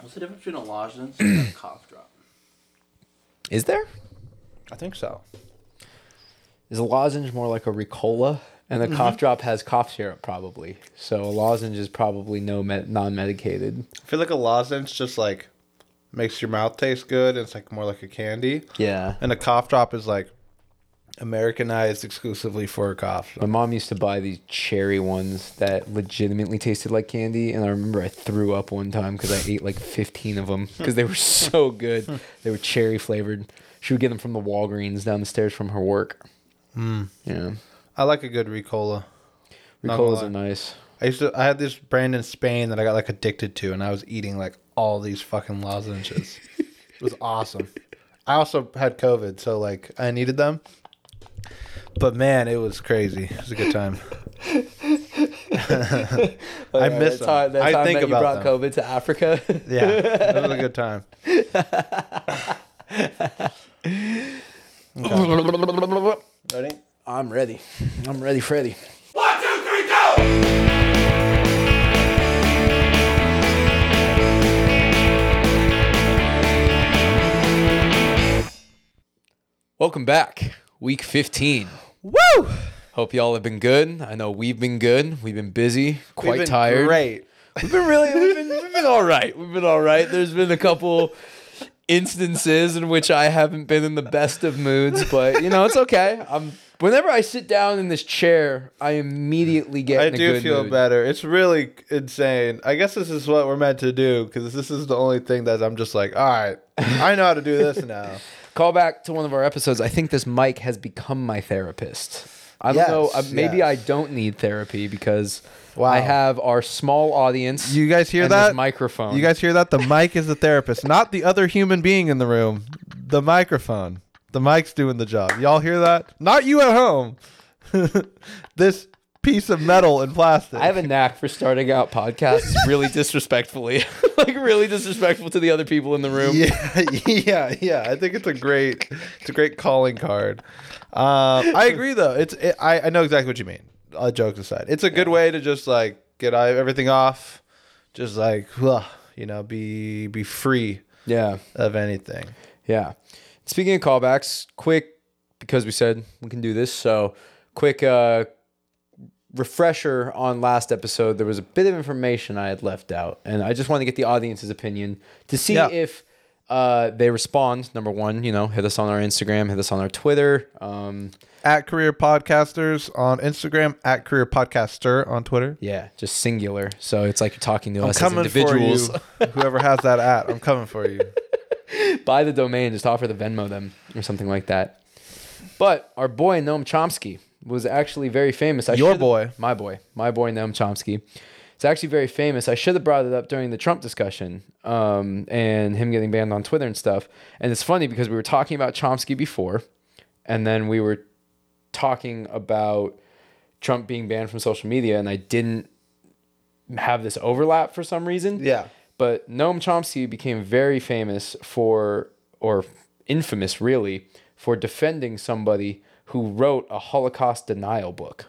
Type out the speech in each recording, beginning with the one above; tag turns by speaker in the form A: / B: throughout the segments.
A: What's the difference between a lozenge and a cough drop?
B: Is there?
C: I think so.
B: Is a lozenge more like a Ricola? And the cough drop has cough syrup, probably. So a lozenge is probably no med- non-medicated.
C: I feel like a lozenge just like makes your mouth taste good. And it's like more like a candy.
B: Yeah.
C: And a cough drop is like Americanized exclusively for a cough.
B: My mom used to buy these cherry ones that legitimately tasted like candy, and I remember I threw up one time because I ate like 15 of them because they were so good. They were cherry flavored. She would get them from the Walgreens down the stairs from her work. Mm.
C: I like a good Ricola.
B: Yeah,
C: Not gonna
B: Ricolas
C: lie.
B: are nice.
C: I used to. I had this brand in Spain that I got like addicted to, and I was eating like all these fucking lozenges. it was awesome. I also had COVID, so like I needed them. But man, it was crazy. It was a good time. I
B: Yeah, that
C: miss them.
B: uh, time, that
C: I
B: time
C: think
B: that
C: about
B: you brought
C: them.
B: COVID to Africa.
C: Yeah, it was a good time. Okay. Ready?
B: I'm ready. I'm ready, Freddy. Welcome back, week 15.
C: Woo!
B: Hope y'all have been good. I know we've been good. We've been busy, quite
C: We've been
B: tired.
C: Great.
B: We've been really, we've been, we've been all right. We've been all right. There's been a couple instances in which I haven't been in the best of moods, but you know it's okay. I'm whenever I sit down in this chair, I immediately get.
C: I
B: in a
C: do
B: good
C: feel
B: mood.
C: better. It's really insane. I guess this is what we're meant to do because this is the only thing that I'm just like, all right, I know how to do this now.
B: Call back to one of our episodes. I think this mic has become my therapist. I don't
C: Yes,
B: know. uh, Maybe
C: yes.
B: I don't need therapy because
C: Wow.
B: I have our small audience.
C: You guys hear
B: and
C: that?
B: this microphone?
C: You guys hear that? The mic is the therapist, not the other human being in the room. The microphone. The mic's doing the job. Y'all hear that? Not you at home. this piece of metal and plastic.
B: I have a knack for starting out podcasts really disrespectfully, like really disrespectful to the other people in the room.
C: yeah, yeah, yeah. I think it's a great, it's a great calling card. Um, I agree, though. It's it, I, I know exactly what you mean. Uh, jokes aside, it's a good way to just like get I- everything off, just like ugh, you know, be be free
B: Yeah,
C: of anything.
B: yeah. Speaking of callbacks, quick because we said we can do this. So, quick uh, refresher on last episode. There was a bit of information I had left out, and I just want to get the audience's opinion to see
C: Yeah.
B: if uh, they respond. Number one, you know, hit us on our Instagram, hit us on our Twitter. Um,
C: At Career Podcasters on Instagram, at Career Podcaster on Twitter.
B: yeah, just singular. So it's like you're talking to
C: I'm
B: us as
C: coming for you.
B: individuals.
C: Whoever has that at, I'm coming for you.
B: buy the domain, just offer the Venmo them or something like that. But our boy Noam Chomsky was actually very famous. I
C: Your
B: should've-
C: boy.
B: my boy, my boy Noam Chomsky. It's actually very famous. I should have brought it up during the Trump discussion um, and him getting banned on Twitter and stuff. And it's funny because we were talking about Chomsky before, and then we were talking about Trump being banned from social media, and I didn't have this overlap for some reason.
C: Yeah.
B: But Noam Chomsky became very famous for, or infamous really, for defending somebody who wrote a Holocaust denial book.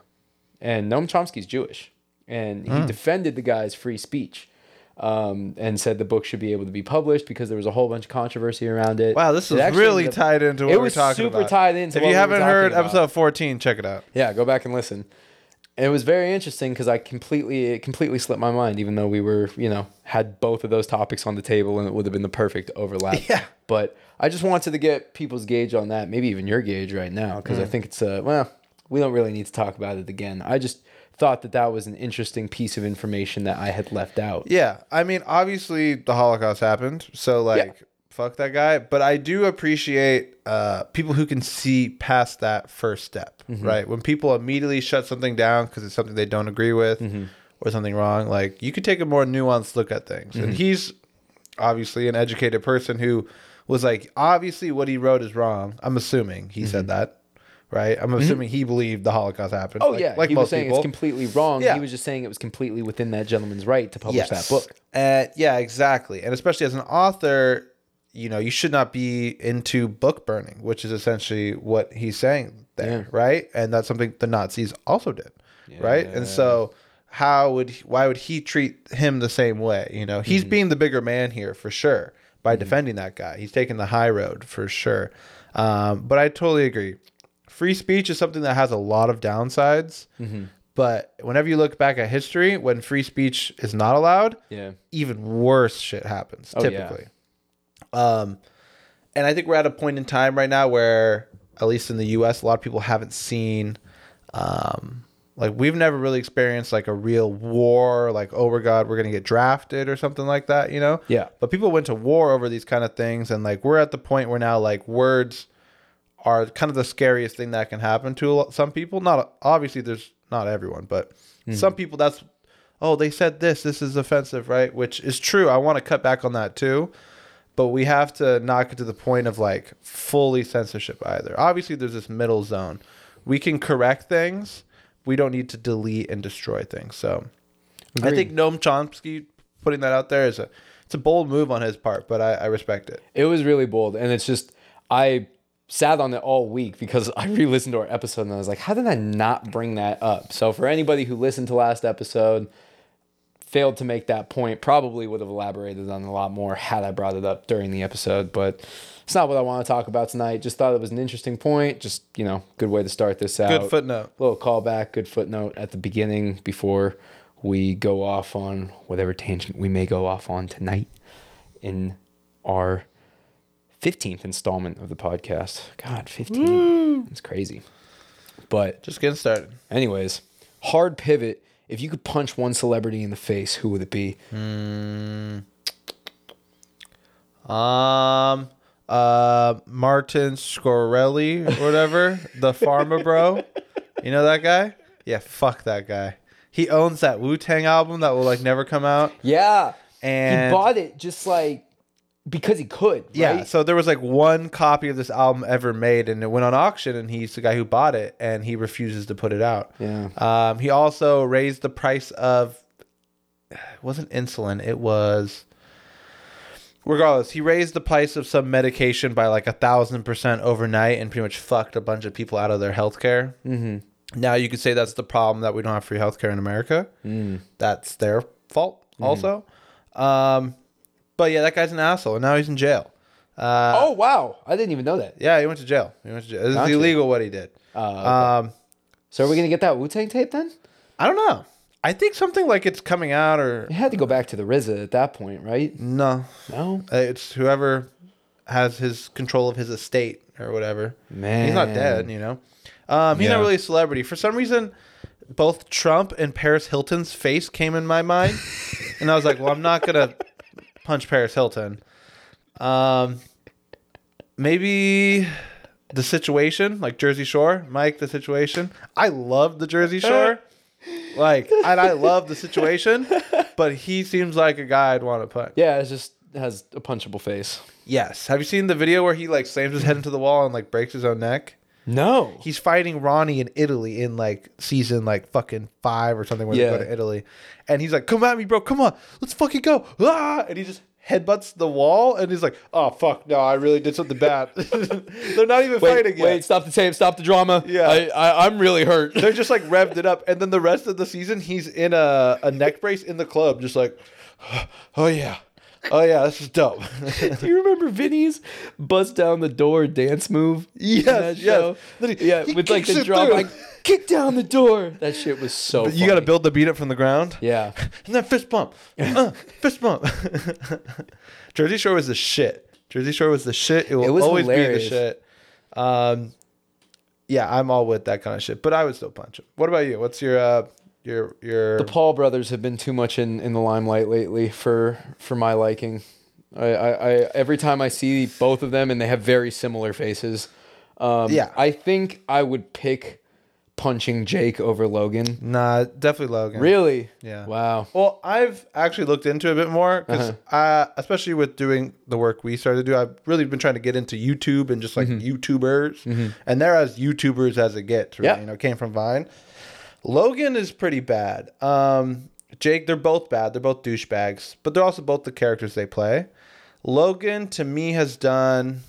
B: And Noam Chomsky's Jewish. And
C: Hmm.
B: he defended the guy's free speech um, and said the book should be able to be published because there was a whole bunch of controversy around it.
C: Wow, this
B: It
C: is
B: actually
C: really
B: ended up-
C: tied into what
B: It
C: we're
B: was
C: talking
B: super
C: about.
B: tied into
C: If
B: what we
C: you
B: were
C: haven't heard
B: talking about.
C: episode 14, check it out.
B: Yeah, go back and listen. And it was very interesting because I completely it completely slipped my mind, even though we were you know had both of those topics on the table and it would have been the perfect overlap.
C: Yeah.
B: But I just wanted to get people's gauge on that, maybe even your gauge right now, because
C: Mm.
B: I think it's uh, well, we don't really need to talk about it again. I just thought that that was an interesting piece of information that I had left out.
C: Yeah, I mean, obviously the Holocaust happened, so like, fuck that guy. But I do appreciate uh, people who can see past that first step,
B: Mm-hmm.
C: right? When people immediately shut something down because it's something they don't agree with
B: Mm-hmm.
C: or something wrong, like you could take a more nuanced look at things.
B: Mm-hmm.
C: And he's obviously an educated person who was like, obviously what he wrote is wrong. I'm assuming he said that. Right, I'm assuming he believed the Holocaust happened.
B: Mm-hmm. Oh
C: like,
B: yeah,
C: like
B: he
C: most
B: was saying
C: people.
B: it's completely wrong.
C: Yeah.
B: He was just saying it was completely within that gentleman's right to publish that book.
C: Uh, yeah, exactly. And especially as an author, you know, you should not be into book burning, which is essentially what he's saying there,
B: Yeah.
C: right? And that's something the Nazis also did, right? And so how would he, why would he treat him the same way? You know, he's being the bigger man here for sure by defending that guy. He's taking the high road for sure. Um, but I totally agree. Free speech is something that has a lot of downsides. But whenever you look back at history, when free speech is not allowed,
B: Yeah.
C: even worse shit happens
B: yeah.
C: typically. Um, and I think we're at a point in time right now where, at least in the U.S., a lot of people haven't seen, um, like we've never really experienced like a real war, like oh my god, we're gonna get drafted or something like that, you know?
B: Yeah.
C: But people went to war over these kind of things, and like we're at the point where now like words are kind of the scariest thing that can happen to a lot, some people. Not obviously, there's not everyone, but some people. That's oh, they said this. This is offensive, right? Which is true. I want to cut back on that too, but we have to not get to the point of like fully censorship either. Obviously, there's this middle zone. We can correct things. We don't need to delete and destroy things. So, I
B: Agreed.
C: think Noam Chomsky putting that out there is a it's a bold move on his part, but I, I respect it.
B: It was really bold, and it's just I sat on it all week because I re-listened to our episode and I was like, how did I not bring that up? So for anybody who listened to last episode, failed to make that point, probably would have elaborated on it a lot more had I brought it up during the episode, but it's not what I want to talk about tonight. Just thought it was an interesting point. Just you know, good way to start this out.
C: Good footnote.
B: Little callback, good footnote at the beginning before we go off on whatever tangent we may go off on tonight in our 15th installment of the podcast. God, 15. It's crazy. But,
C: Just getting started.
B: anyways, hard pivot. If you could punch one celebrity in the face, who would it be?
C: Um, uh, Martin Scorelli or whatever, the farmer bro. You know that guy? Yeah, fuck that guy. He owns that Wu Tang album that will like never come out.
B: Yeah.
C: And-
B: he bought it just like because he could.
C: Yeah,
B: right?
C: so there was like one copy of this album ever made, and it went on auction, and he's the guy who bought it, and he refuses to put it out.
B: Yeah.
C: Um, he also raised the price of it wasn't insulin, it was regardless, he raised the price of some medication by like a thousand percent overnight and pretty much fucked a bunch of people out of their healthcare. Mm-hmm. Now you could say that's the problem that we don't have free healthcare in America. That's their fault also. Um, but yeah, that guy's an asshole, and now he's in jail. Uh,
B: Oh, wow. I didn't even know that.
C: Yeah, he went to jail. He went to jail. It's
B: Gotcha.
C: illegal what he did.
B: Uh,
C: Um,
B: So, are we going to get that Wu Tang tape then?
C: I don't know. I think something like it's coming out or
B: It had to go back to the RZA at that point, right?
C: no,
B: No.
C: Uh, it's whoever has his control of his estate or whatever. he's not
B: Man.
C: dead, you know. Um, he's
B: Yeah.
C: not really a celebrity for some reason. Both Trump and Paris Hilton's face came in my mind, and I was like, "Well, I'm not gonna punch Paris Hilton." Um, maybe the situation, like Jersey Shore, Mike. The situation. I love the Jersey Shore. Like, and I love the situation, but he seems like a guy I'd want to punch.
B: Yeah, it just has a punchable face.
C: Yes. Have you seen the video where he like slams his head into the wall and like breaks his own neck?
B: No.
C: He's fighting Ronnie in Italy in like season like fucking five or something when
B: Yeah.
C: they go to Italy, and he's like, "Come at me, bro! Come on, let's fucking go!" Ah! And he just headbutts the wall, and he's like, "Oh fuck, no, I really did something bad." They're not even
B: Wait,
C: fighting yet.
B: wait, stop the tape, stop the drama.
C: Yeah.
B: I, I, I'm really hurt.
C: They're just like revved it up, and then the rest of the season, he's in a, a neck brace in the club, just like, "Oh yeah, oh yeah, this is dope."
B: Do you remember Vinny's bust down the door dance move? in that
C: yes.
B: show?
C: Then he-
B: yeah,
C: he
B: with like
C: kicks
B: the
C: it
B: drop,
C: through.
B: like kick down the door. That shit was so.
C: you got to
B: funny.
C: build the beat up from the ground.
B: Yeah.
C: And then fist bump. Uh, fist bump. Jersey Shore was the shit. Jersey Shore was the shit. It will
B: It was
C: always
B: hilarious.
C: be the shit. Um, yeah, I'm all with that kind of shit, but I would still punch him. What about you? What's your uh, your your?
B: The Paul brothers have been too much in, in the limelight lately for for my liking. I, I, I every time I see both of them and they have very similar faces. Um,
C: Yeah.
B: I think I would pick punching Jake over Logan.
C: nah, definitely Logan.
B: Really?
C: Yeah.
B: Wow.
C: Well, I've actually looked into it a bit more because, especially with doing the work we started to do, I've really been trying to get into YouTube and just like YouTubers, and they're as YouTubers as it gets. Right?
B: Yeah.
C: you know, came from Vine. Logan is pretty bad. Um, Jake, they're both bad. They're both douchebags, but they're also both the characters they play. Logan, to me, has done.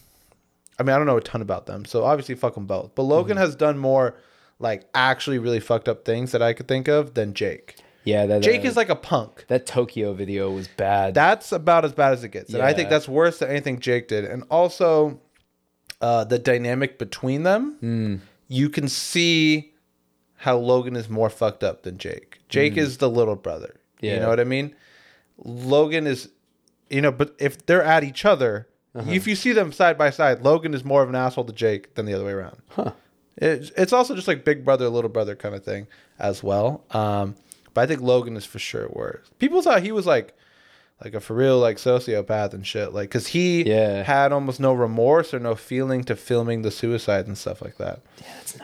C: I mean, I don't know a ton about them, so obviously fuck them both. But Logan has done more, like actually really fucked up things that I could think of than Jake.
B: Yeah, that
C: Jake
B: uh,
C: is like a punk.
B: that Tokyo video was bad.
C: That's about as bad as it gets, and I think
B: Yeah.
C: that's worse than anything Jake did. And also, uh, the dynamic between them,
B: Hmm.
C: you can see how Logan is more fucked up than Jake. Jake is the little brother.
B: Hmm. Yeah.
C: You know what I mean? Logan is, you know, but if they're at each other,
B: Uh-huh.
C: if you see them side by side, Logan is more of an asshole to Jake than the other way around. It, it's also just like big brother, little brother kind of thing as well. Um, but I think Logan is for sure worse. People thought he was like, like a for real like sociopath and shit, like because he
B: Yeah.
C: had almost no remorse or no feeling to filming the suicide and stuff like that.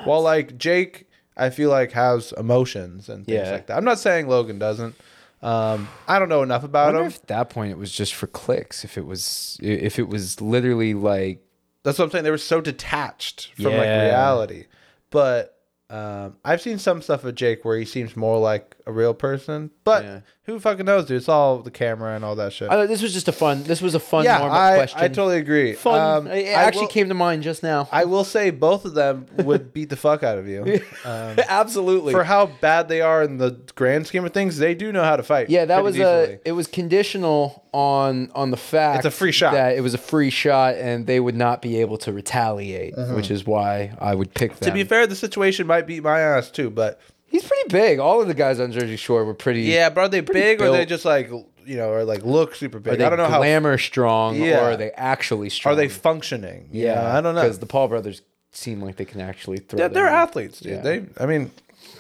C: Well, like Jake, I feel like has emotions and things
B: Yeah.
C: like that. I'm not saying Logan doesn't. Um, I don't know enough
B: I
C: about
B: wonder
C: him.
B: if at that point it was just for clicks. If it was, if it was literally like,
C: That's what I'm saying. They were so detached from like
B: Yeah.
C: reality. But um, I've seen some stuff of Jake where he seems more like a real person. But
B: Yeah.
C: who fucking knows, dude? It's all the camera and all that shit.
B: I, this was just a fun. This was a fun
C: yeah,
B: warm-up
C: I,
B: question.
C: I totally agree.
B: fun.
C: Um,
B: it
C: I
B: actually
C: will-
B: came to mind just now.
C: I will say both of them would beat the fuck out of you. Um,
B: Absolutely.
C: for how bad they are in the grand scheme of things, they do know how to fight.
B: yeah, that
C: pretty
B: was
C: decently.
B: a. It was conditional on on the fact
C: It's a free shot.
B: that it was a free shot, and they would not be able to retaliate, which is why I would pick them.
C: To be fair, the situation might beat my ass too, but
B: He's pretty big. All of the guys on Jersey Shore were pretty.
C: yeah, but are they big or
B: built.
C: they just like you know, or like look super big?
B: Are they
C: I don't know how
B: glamour strong,
C: Yeah.
B: or are they actually strong?
C: are they functioning. You know, I don't know.
B: Because Um, the Paul brothers seem like they can actually throw.
C: They're, they're
B: their-
C: athletes, dude.
B: Yeah.
C: They, I mean,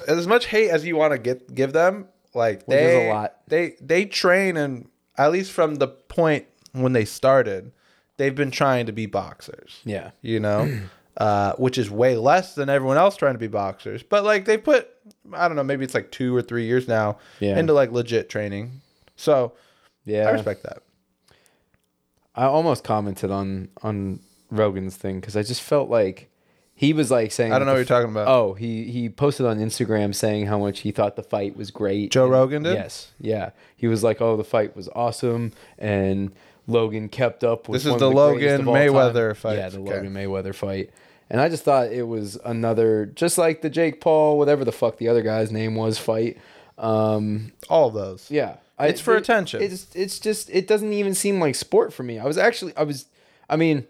C: as much hate as you want to get give them, like
B: is
C: they,
B: a lot.
C: they they train and at least from the point when they started, they've been trying to be boxers.
B: Yeah.
C: you know, uh, which is way less than everyone else trying to be boxers. But like they put, I don't know, maybe it's like two or three years now
B: Yeah.
C: into like legit training. So
B: Yeah.
C: I respect that.
B: I almost commented on on Rogan's thing because I just felt like he was like saying
C: I don't know what you're talking about.
B: Oh, he he posted on Instagram saying how much he thought the fight was great.
C: Joe
B: And-
C: Rogan did?
B: Yes, yeah. He was like, "Oh, the fight was awesome," and Logan kept up with.
C: This is
B: one
C: the
B: of greatest
C: Logan
B: of all time.
C: Mayweather fight.
B: Yeah, the
C: Okay.
B: Logan Mayweather fight. And I just thought it was another, just like the Jake Paul, whatever the fuck the other guy's name was, fight. Um,
C: All those.
B: yeah,
C: It's for attention.
B: It's it's just it doesn't even seem like sport for me. I was actually I was, I mean,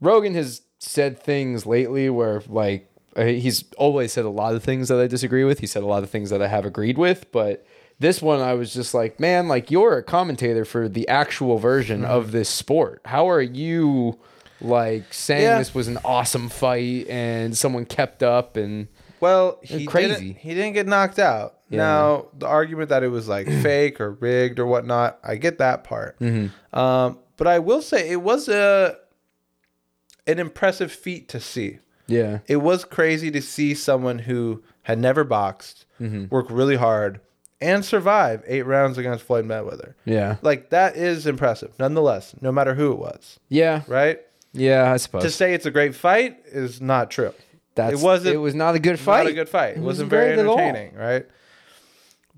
B: Rogan has said things lately where like uh, he's always said a lot of things that I disagree with. He said a lot of things that I have agreed with, but this one I was just like, man, like you're a commentator for the actual version
C: Mm-hmm.
B: of this sport. How are you? Like saying
C: Yeah.
B: this was an awesome fight and someone kept up and
C: Well, he
B: crazy.
C: Didn't, he didn't get knocked out. Now the argument that it was like fake or rigged or whatnot, I get that part. Um, but I will say it was a an impressive feat to see.
B: yeah,
C: it was crazy to see someone who had never boxed work really hard and survive eight rounds against Floyd Mayweather.
B: yeah,
C: Like that is impressive, nonetheless, no matter who it was,
B: yeah,
C: right?
B: yeah. I suppose
C: To say it's a great fight is not true.
B: That's,
C: It wasn't-
B: It was not a good fight.
C: Not a good fight. It, wasn't
B: wasn't
C: very
B: great at all.
C: entertaining, right?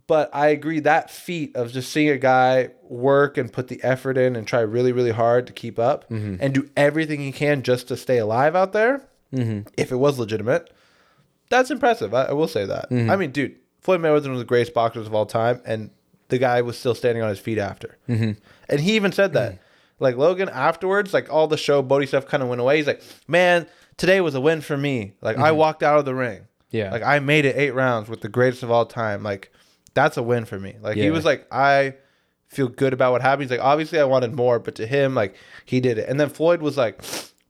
C: But I agree that feat of just seeing a guy work and put the effort in and try really, really hard to keep up
B: Mm-hmm.
C: and do everything he can just to stay alive out there,
B: Mm-hmm.
C: if it was legitimate, that's impressive. I, I will say that.
B: Mm-hmm.
C: I mean, dude, Floyd Mayweather was one of the greatest boxers of all time, and the guy was still standing on his feet after.
B: Mm-hmm.
C: And he even said that. Like Logan afterwards, like all the showboaty stuff kind of went away. He's like, man, today was a win for me. Like I walked out of the ring.
B: Mm-hmm. Yeah.
C: Like I made it eight rounds with the greatest of all time. Like that's a win for me. Like he
B: Yeah.
C: was like, I feel good about what happened. He's like, obviously I wanted more, but to him, like he did it. And then Floyd was like,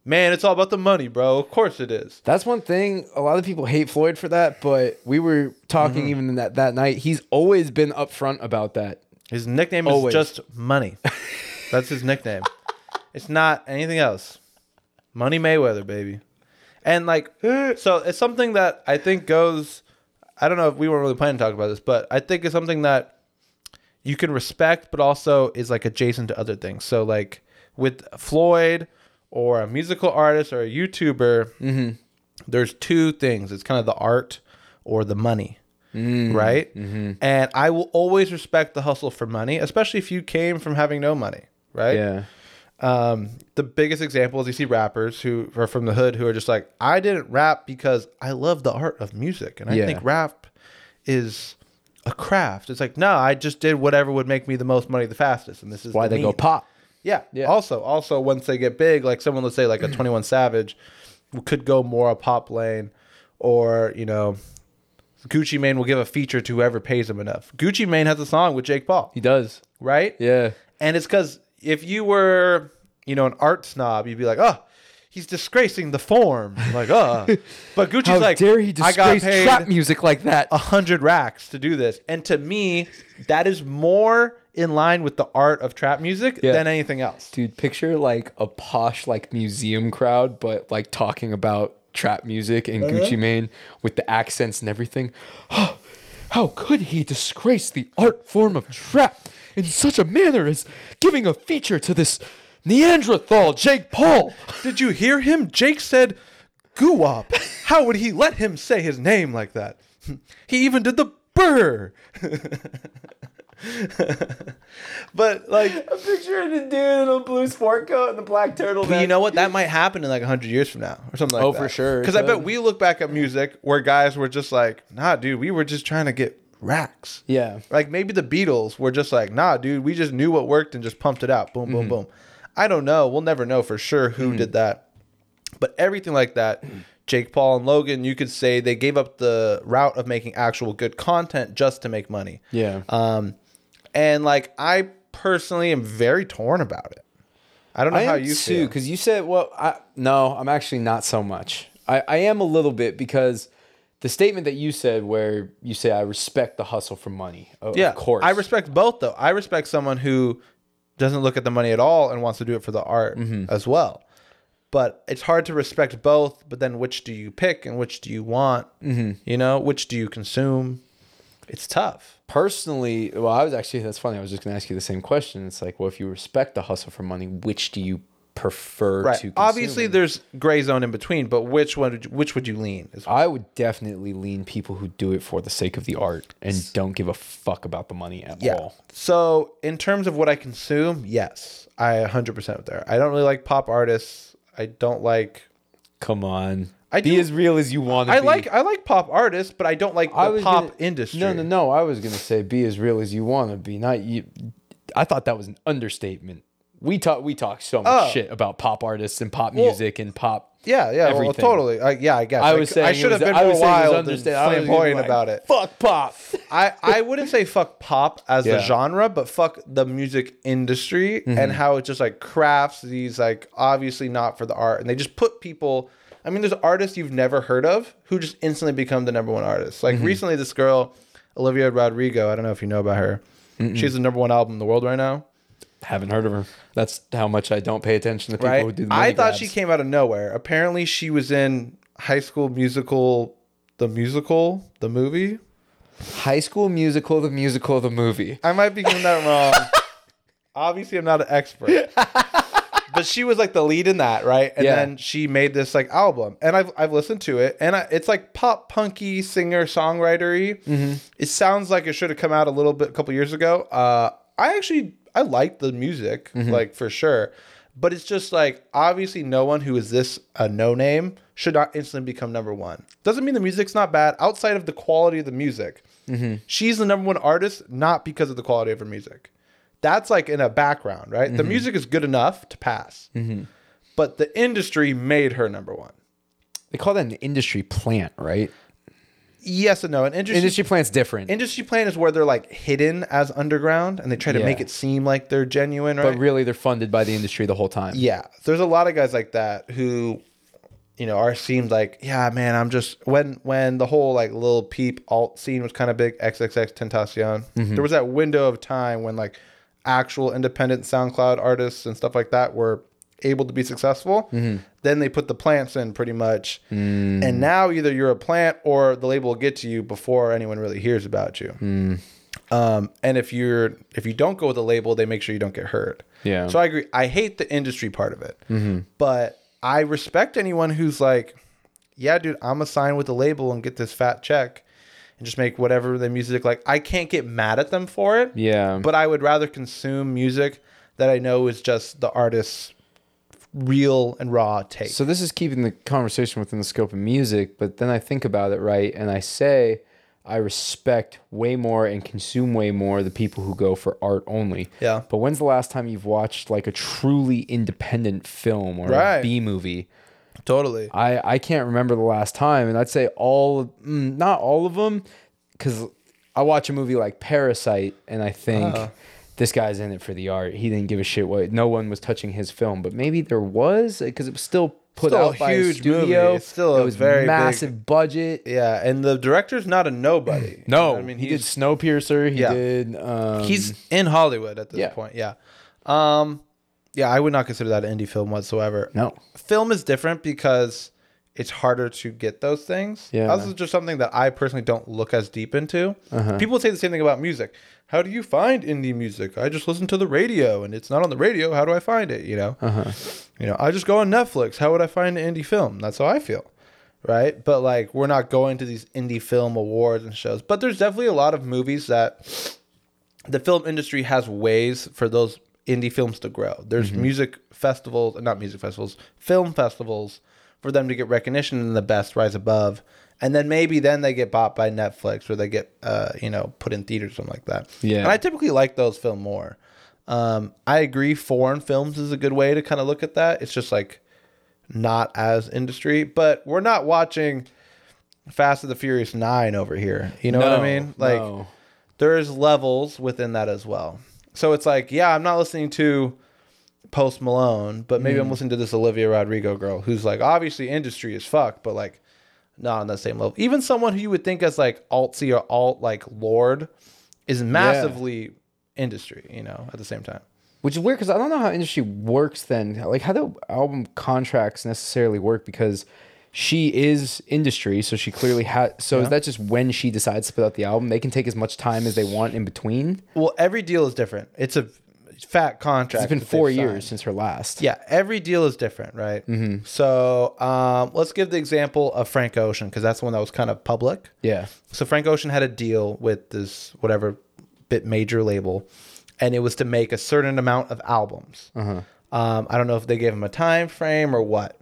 C: man, it's all about the money, bro. Of course it is.
B: That's one thing. A lot of people hate Floyd for that, but we were talking
C: Mm-hmm.
B: even that that night. He's always been upfront about that.
C: His nickname
B: Always.
C: is just money. That's his nickname. it's not anything else. Money Mayweather, baby. And like, so it's something that I think goes. I don't know if we weren't really planning to talk about this, but I think it's something that you can respect, but also is like adjacent to other things. So like with Floyd or a musical artist or a YouTuber, there's two things. It's kind of the art or the money right? And I will always respect the hustle for money, especially if you came from having no money, right?
B: Yeah,
C: Um, the biggest example is you see rappers who are from the hood who are just like, I didn't rap because I love the art of music, and I
B: Yeah.
C: think rap is a craft. It's like, no, I just did whatever would make me the most money the fastest. And this is
B: Why
C: the
B: they go
C: need.
B: pop.
C: Yeah. Also, also once they get big, like someone let's say like a Twenty One Savage, could go more a pop lane, or you know, Gucci Mane will give a feature to whoever pays him enough. Gucci Mane has a song with Jake Paul,
B: He does.
C: right?
B: Yeah.
C: And it's because if you were, you know, an art snob, you'd be like, oh, he's disgracing the form. Like, uh. But Gucci's
B: How
C: like,
B: dare he
C: I got
B: disgrace
C: paid
B: trap music like that?
C: a hundred racks to do this. And to me, that is more in line with the art of trap music
B: Yeah.
C: than anything else.
B: Dude, picture like a posh like museum crowd, but like talking about trap music and
A: Uh-huh.
B: Gucci Mane with the accents and everything. How could he disgrace the art form of trap in such a manner as giving a feature to this Neanderthal Jake Paul?
C: Did you hear him? Jake said, "Guwop." How would he let him say his name like that? He even did the burr. but like,
A: I'm picturing a dude in a blue sport coat and the black turtleneck.
C: but you know what? That might happen in like hundred years from now or something like
B: Oh,
C: that.
B: for sure, it
C: Because I bet
B: could.
C: we look back at music where guys were just like, "Nah, dude, we were just trying to get racks."
B: Yeah.
C: Like maybe the Beatles were just like, nah, dude, we just knew what worked and just pumped it out. Boom,
B: Mm-hmm.
C: boom, boom. I don't know. We'll never know for sure who did that. But everything like that, Jake Paul and Logan, you could say they gave up the route of making actual good content just to make money.
B: Yeah.
C: Um, and like I personally am very torn about it. I don't know
B: I
C: how
B: am
C: you
B: too,
C: feel.
B: because you said, well, I, no, I'm actually not so much. I, I am a little bit because the statement that you said, where you say, I respect the hustle for money. Of,
C: Yeah,
B: of course.
C: I respect both though. I respect someone who doesn't look at the money at all and wants to do it for the art as well. But it's hard to respect both. But then, which do you pick and which do you want? You know, which do you consume? It's tough.
B: Personally, well, I was actually, that's funny. I was just going to ask you the same question. It's like, well, if you respect the hustle for money, which do you prefer
C: Right.
B: to consume?
C: Obviously, there's gray zone in between. But which one? Would you, which would you lean? Is-
B: I would definitely lean people who do it for the sake of the art and don't give a fuck about the money at all.
C: So in terms of what I consume, yes, I 100% there. I don't really like pop artists. I don't like
B: Come on.
C: I
B: be
C: do-
B: as real as you want to
C: I
B: be.
C: like I like pop artists, but I don't like
B: I
C: the
B: was
C: pop
B: gonna-
C: industry.
B: No, no, no. I was gonna say be as real as you want to be. Not you. I thought that was an understatement. We talk we talk so much
C: Oh.
B: shit about pop artists and pop music and pop.
C: Yeah, yeah, well,
B: Everything.
C: totally. I, yeah, I guess.
B: I was saying
C: I
B: it
C: should have
B: was-
C: been
B: I
C: more
B: was saying it was
C: wild and
B: understa- I was gonna be
C: flamboyant
B: like,
C: about it.
B: Fuck pop.
C: I, I wouldn't say fuck pop as the
B: Yeah. Mm-hmm.
C: genre, but fuck the music industry and how it just like crafts these like obviously not for the art, and they just put people. I mean, there's artists you've never heard of who just instantly become the number one artist.
B: Mm-hmm.
C: Like recently, this girl Olivia Rodrigo. I don't know if you know about her. She has the number one album in the world right now.
B: Haven't heard of her. That's how much I don't pay attention to people who
C: right?
B: do the money
C: I thought she
B: grabs.
C: came out of nowhere. Apparently, she was in High School Musical, the musical, the movie.
B: High School Musical, the musical, the movie.
C: I might be getting that wrong. Obviously, I'm not an expert. But she was like the lead in that, right? And
B: Yeah.
C: then she made this like album, and I've I've listened to it, and I, it's like pop punky singer songwritery. It sounds like it should have come out a little bit a couple years ago. Uh, I actually I like the music, like for sure, but it's just like obviously no one who is this a no name should not instantly become number one. Doesn't mean the music's not bad outside of the quality of the music. She's the number one artist not because of the quality of her music. That's like in a background, right?
B: Mm-hmm.
C: The music is good enough to pass, but the industry made her number one.
B: They call that an industry plant, right?
C: Yes and no. An industry industry,
B: Industry plant's different,
C: plan is where they're like hidden as underground, and they try to
B: Yeah.
C: make it seem like they're genuine, right?
B: but really they're funded by the industry the whole time.
C: Yeah, there's a lot of guys like that who, you know, are seemed like, yeah, man, I'm just when when the whole like little peep alt scene was kind of big, XXX Tentacion.
B: Mm-hmm.
C: There was that window of time when like actual independent SoundCloud artists and stuff like that were able to be successful.
B: Mm-hmm.
C: Then they put the plants in pretty much,
B: Mm.
C: and now either you're a plant or the label will get to you before anyone really hears about you.
B: Mm.
C: Um, and if you're if you don't go with a label, they make sure you don't get hurt.
B: Yeah.
C: So I agree. I hate the industry part of it,
B: Mm-hmm.
C: but I respect anyone who's like, yeah, dude, I'm gonna sign with the label and get this fat check, and just make whatever the music like. I can't get mad at them for it.
B: Yeah.
C: But I would rather consume music that I know is just the artist's real and raw take.
B: So this is keeping the conversation within the scope of music, but then I think about it right and I say I respect way more and consume way more the people who go for art only.
C: Yeah.
B: But when's the last time you've watched like a truly independent film or
C: Right.
B: a B movie?
C: Totally.
B: I I can't remember the last time, and I'd say all mm, not all of them, because I watch a movie like Parasite, and I think.
C: Uh-huh.
B: This guy's in it for the art. He didn't give a shit what. No one was touching his film, but maybe there was because it was still put
C: Still a
B: out by a
C: huge movie.
B: studio.
C: It's still a
B: it was
C: very big-
B: massive budget.
C: Yeah, and the director's not a nobody.
B: No,
C: You know what I mean
B: he did
C: he's
B: Snowpiercer. He
C: Yeah.
B: did. Um,
C: he's in Hollywood at this
B: Yeah.
C: point. Yeah. Um yeah, I would not consider that an indie film whatsoever.
B: no.
C: Film is different because it's harder to get those things.
B: Yeah.
C: This is just something that I personally don't look as deep into. People say the same thing about music. How do you find indie music? I just listen to the radio and it's not on the radio. How do I find it? You know? You know, I just go on Netflix. How would I find an indie film? That's how I feel. Right. But like, we're not going to these indie film awards and shows. But there's definitely a lot of movies that the film industry has ways for those indie films to grow. There's music festivals, not music festivals, film festivals for them to get recognition and the best rise above. And then maybe then they get bought by Netflix or they get, uh, you know, put in theaters, something like that.
B: Yeah.
C: And I typically like those film more. Um, I agree. Foreign films is a good way to kind of look at that. It's just like not as industry, but we're not watching Fast and the Furious Nine over here. You know what I mean? Like
B: no.
C: there's levels within that as well. So it's like, yeah, I'm not listening to Post Malone, but maybe
B: Mm.
C: I'm listening to this Olivia Rodrigo girl who's like obviously industry as fuck, but like not on that same level. Even someone who you would think as like altsy or alt like Lord is massively industry, you know, at the same time.
B: which is weird because I don't know how industry works. Then, like, how do album contracts necessarily work? Because she is industry, so she clearly has. So is that just when she decides to put out the album? They can take as much time as they want in between.
C: Well, every deal is different. It's a fat contract.
B: It's been
C: that they've
B: four
C: signed.
B: years since her last.
C: Yeah, every deal is different, right? Mm-hmm. So um, let's give the example of Frank Ocean because that's the one that was kind of public.
B: yeah,
C: So Frank Ocean had a deal with this whatever bit major label, and it was to make a certain amount of albums. Um, I don't know if they gave him a time frame or what,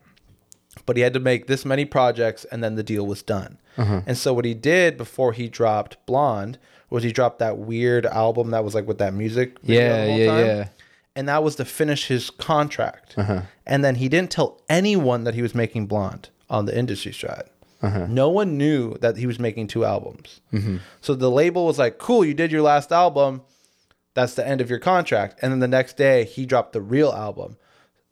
C: but he had to make this many projects, and then the deal was done.
B: Uh-huh.
C: And so what he did before he dropped Blonde was he dropped that weird album that was like with that music. video
B: Yeah,
C: the whole
B: yeah,
C: time,
B: yeah. Uh-huh.
C: And that was to finish his contract. And then he didn't tell anyone that he was making Blonde on the industry side.
B: Uh-huh.
C: No one knew that he was making two albums.
B: Mm-hmm.
C: So the label was like, cool, you did your last album. That's the end of your contract. And then the next day, he dropped the real album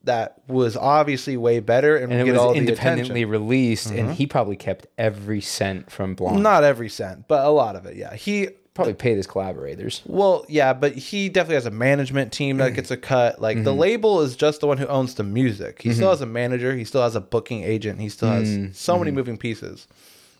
C: that was obviously way better and,
B: and
C: would
B: it
C: get all
B: was
C: the attention. Mm-hmm.
B: independently released, and he probably kept every cent from Blonde.
C: Not every cent, but a lot of it. Yeah. He,
B: probably paid his collaborators.
C: well, yeah, but he definitely has a management team that gets a cut. Like the label is just the one who owns the music. He still has a manager. He still has a booking agent. He still has so many moving pieces.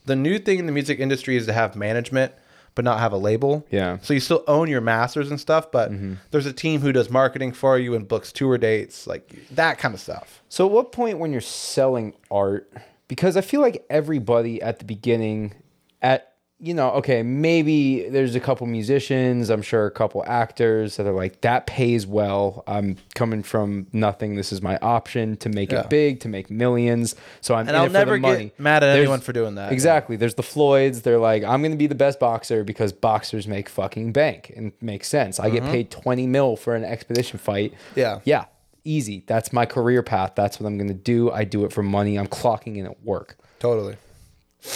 C: The new thing in the music industry is to have management, but not have a label.
B: Yeah.
C: So you still own your masters and stuff, but there's a team who does marketing for you and books tour dates, like that kind of stuff.
B: So at what point when you're selling art because I feel like everybody at the beginning at you know, okay, maybe there's a couple musicians, I'm sure a couple actors that are like that pays well. I'm coming from nothing. This is my option to make
C: Yeah.
B: it big, to make millions. So I'm
C: And
B: in
C: I'll
B: it for the
C: never
B: money.
C: get mad at
B: There's-
C: anyone for doing that.
B: Exactly. There's the Floyds. They're like, I'm going to be the best boxer because boxers make fucking bank and makes sense. I get paid 20 mil for an expedition fight.
C: Yeah.
B: Yeah. Easy. That's my career path. That's what I'm going to do. I do it for money. I'm clocking in at work.
C: Totally.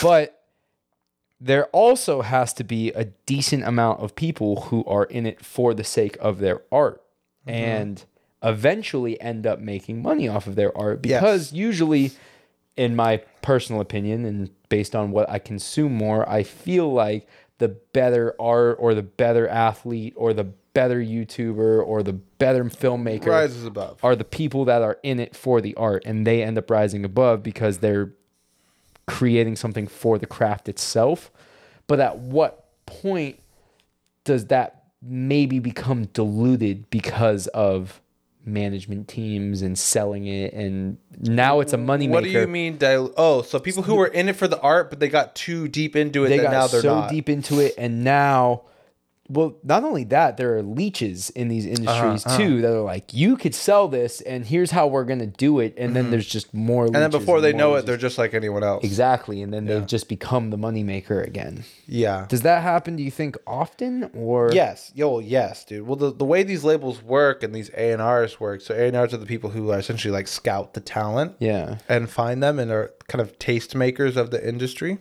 B: But there also has to be a decent amount of people who are in it for the sake of their art and eventually end up making money off of their art because usually in my personal opinion and based on what I consume more I feel like the better art or the better athlete or the better YouTuber or the better filmmaker
C: Rises above.
B: are the people that are in it for the art and they end up rising above because they're creating something for the craft itself. But at what point does that maybe become diluted because of management teams and selling it and now it's a moneymaker?
C: What do you mean? Dil- oh, so people who were in it for the art, but they got too deep into it
B: They
C: that
B: got
C: now they're
B: so
C: not.
B: deep into it and now well, not only that, there are leeches in
C: Uh-huh,
B: these industries too that are like, you could sell this, and here's how we're gonna do it, and then there's just more.
C: Mm-hmm. And then before they know it, they're just like anyone else.
B: exactly, and then they've just become the moneymaker again.
C: Yeah.
B: Does that happen? Do you think often or
C: Yes, yo, yes, dude. Well, the, the way these labels work and these A and R's work, so A and R's are the people who essentially like scout the talent
B: Yeah.
C: and find them and are kind of taste makers of the industry.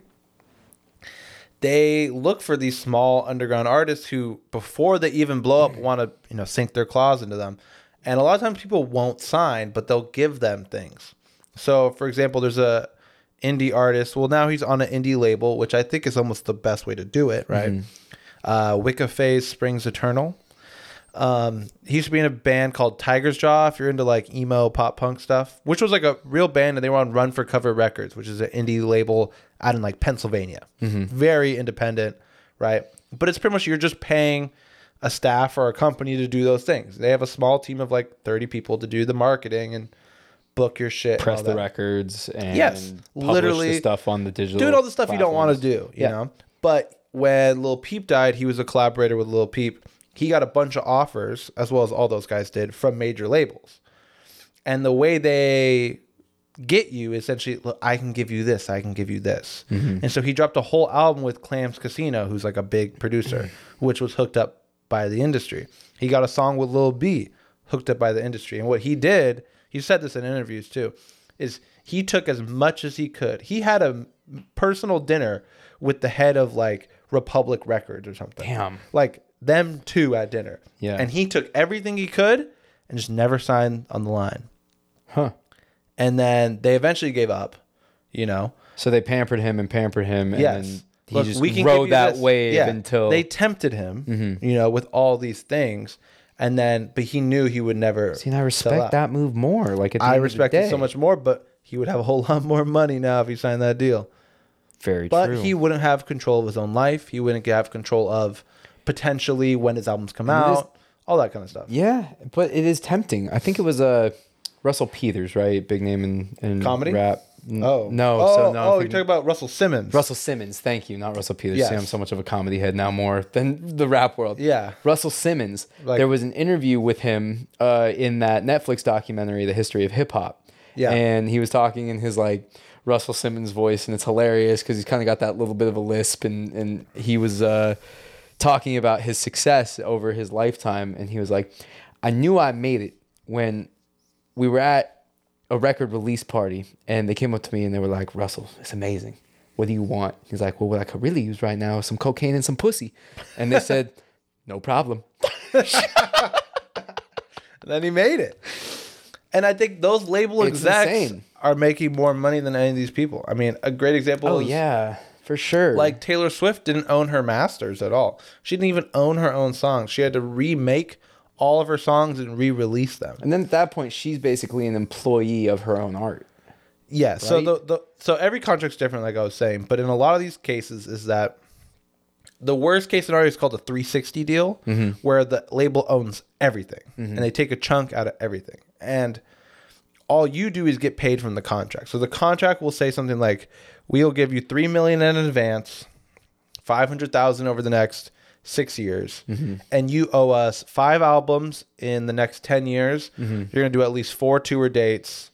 C: They look for these small underground artists who, before they even blow up, want to you know sink their claws into them. And a lot of times people won't sign, but they'll give them things. So, for example, there's a indie artist. Well, now he's on an indie label, which I think is almost the best way to do it, right? Uh, Wicca Phase Springs Eternal. Um, he used to be in a band called Tiger's Jaw. If you're into like emo pop punk stuff, which was like a real band, and they were on Run for Cover Records, which is an indie label out in like Pennsylvania,
B: Mm-hmm.
C: very independent, right? But it's pretty much you're just paying a staff or a company to do those things. They have a small team of like 30 people to do the marketing and book your shit, and
B: Press
C: all
B: the
C: that.
B: records and
C: Yes,
B: publish
C: literally
B: the stuff on the digital.
C: doing all the stuff you don't want to
B: platforms.
C: do, you
B: Yeah.
C: know. But when Lil Peep died, he was a collaborator with Lil Peep. He got a bunch of offers, as well as all those guys did, from major labels. And the way they get you essentially, look, I can give you this, I can give you this. And so he dropped a whole album with Clams Casino, who's like a big producer, which was hooked up by the industry. He got a song with Lil B, hooked up by the industry. And what he did, he said this in interviews too, is he took as much as he could. He had a personal dinner with the head of like Republic Records or something.
B: Damn.
C: Like them two at dinner.
B: Yeah.
C: And he took everything he could and just never signed on the line.
B: Huh.
C: And then they eventually gave up, you know.
B: So they pampered him and pampered him, and
C: Yes.
B: then he
C: Look,
B: just
C: we can give
B: rode
C: you
B: that
C: this.
B: wave
C: Yeah.
B: until Mm-hmm.
C: they tempted him, you know, with all these things, and then but he knew he would never.
B: See, and I
C: sell
B: respect
C: out.
B: that move more. Like at the
C: uh, I
B: end of the
C: respect it so
B: day.
C: much more, but he would have a whole lot more money now if he signed that deal.
B: Very
C: But
B: true.
C: he wouldn't have control of his own life. He wouldn't have control of potentially when his albums come
B: it is-
C: out, all that kind of stuff.
B: yeah, but it is tempting. I think it was uh, Russell Peters, right? Big name in, in
C: Comedy?
B: rap. N-
C: Oh
B: no.
C: Oh,
B: so no, I'm
C: oh, you're
B: thinking-
C: talking about Russell Simmons.
B: Russell Simmons. Thank you, not Russell Peters.
C: Yes.
B: See, I'm so much of a comedy head now more than the rap world.
C: Yeah.
B: Russell Simmons.
C: Like-
B: there was an interview with him uh, in that Netflix documentary, The History of Hip Hop.
C: Yeah.
B: And he was talking in his like Russell Simmons voice, and it's hilarious because he's kind of got that little bit of a lisp, and and he was uh, talking about his success over his lifetime, and he was like, "I knew I made it when we were at a record release party and they came up to me and they were like, Russell, it's amazing. What do you want? He's like, Well, what I could really use right now is some cocaine and some pussy. And they said, No problem.
C: And then he made it. And I think those label
B: It's
C: execs
B: insane.
C: are making more money than any of these people. I mean, a great example
B: Oh,
C: is
B: yeah, for sure.
C: like Taylor Swift didn't own her masters at all. She didn't even own her own songs. She had to remake all of her songs and re-release them.
B: and then at that point, she's basically an employee of her own art.
C: Yeah. So
B: Right?
C: the, the so every contract's different, like I was saying. But in a lot of these cases, is that the worst case scenario is called a 360 deal, where the label owns everything and they take a chunk out of everything, and all you do is get paid from the contract. So the contract will say something like, "We'll give you three million in advance, five hundred thousand over the next six years, and you owe us five albums in the next ten years. You're gonna do at least four tour dates."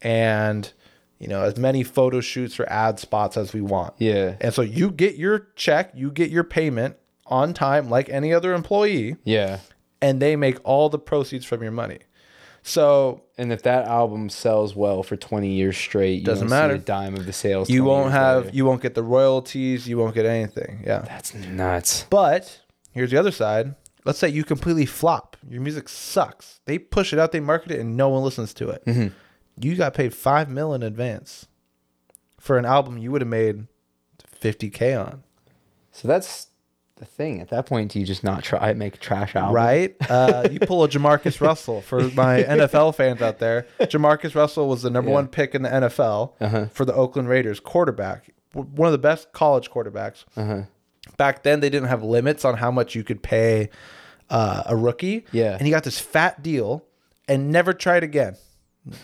C: and you know as many photo shoots or ad spots as we want.
B: Yeah.
C: And so you get your check, you get your payment on time like any other employee
B: Yeah.
C: and they make all the proceeds from your money. So
B: And if that album sells well for 20 years straight, you
C: Doesn't
B: won't see
C: matter.
B: a dime of the sales.
C: you
B: 20
C: won't
B: years
C: have
B: later.
C: you won't get the royalties, you won't get anything. Yeah.
B: That's nuts.
C: But here's the other side. Let's say you completely flop. Your music sucks. They push it out, they market it, and no one listens to it. You got paid five mil in advance for an album you would have made 50k on.
B: So that's the thing. At that point, do you just not try make a trash album?
C: Right? Uh, you pull a Jamarcus Russell for my NFL fans out there. Jamarcus Russell was the number one pick in the NFL
B: Uh-huh.
C: for the Oakland Raiders, quarterback, w- one of the best college quarterbacks.
B: Uh-huh.
C: Back then, they didn't have limits on how much you could pay uh, a rookie.
B: Yeah.
C: And he got this fat deal and never tried again.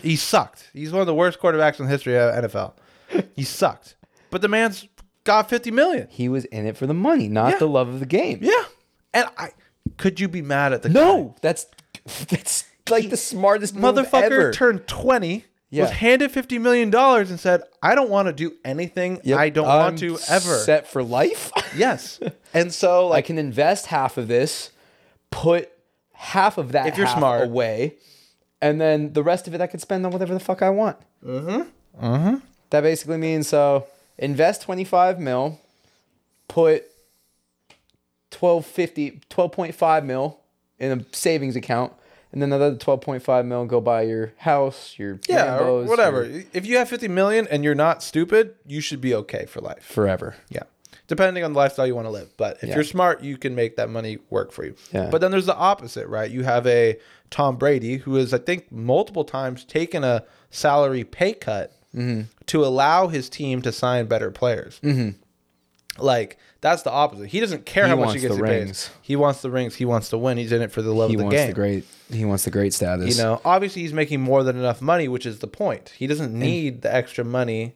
C: He sucked. He's one of the worst quarterbacks in the history of NFL. He sucked. But the man's got 50 million.
B: He was in it for the money, not
C: Yeah.
B: the love of the game.
C: Yeah. And I could you be mad at the
B: No, that's that's like the smartest
C: guy? motherfucker
B: motherfucker. Move ever.
C: turned 20
B: Yeah.
C: was handed 50 million dollars and said, "I don't want to do anything
B: Yep,
C: I don't
B: I'm
C: want to ever."
B: set for life.
C: Yes. And so
B: I
C: like
B: can invest half of this, put half of that
C: If you're
B: half
C: smart.
B: away, and then the rest of it I could spend on whatever the fuck I want. Mm-hmm. Mm-hmm. That basically means so invest 25 mil, put 1250, 12.5 mil in a savings account, and then another 12.5 mil go buy your house, your
C: yeah, or
B: Lambos, your-
C: whatever. If you have 50 million and you're not stupid, you should be okay for life.
B: forever.
C: Yeah. Depending on the lifestyle you want to live. But if
B: Yeah.
C: you're smart, you can make that money work for you.
B: Yeah.
C: But then there's the opposite, right? You have a Tom Brady who has, I think, multiple times taken a salary pay cut
B: Mm-hmm.
C: to allow his team to sign better players. Like, that's the opposite. He doesn't care
B: He
C: how much he
B: wants the
C: gets he pays.
B: rings.
C: He wants the rings. He wants to win. He's in it for the love
B: He
C: of the
B: wants
C: game.
B: the great. He wants the great status.
C: You know, obviously he's making more than enough money, which is the point. He doesn't need the extra money.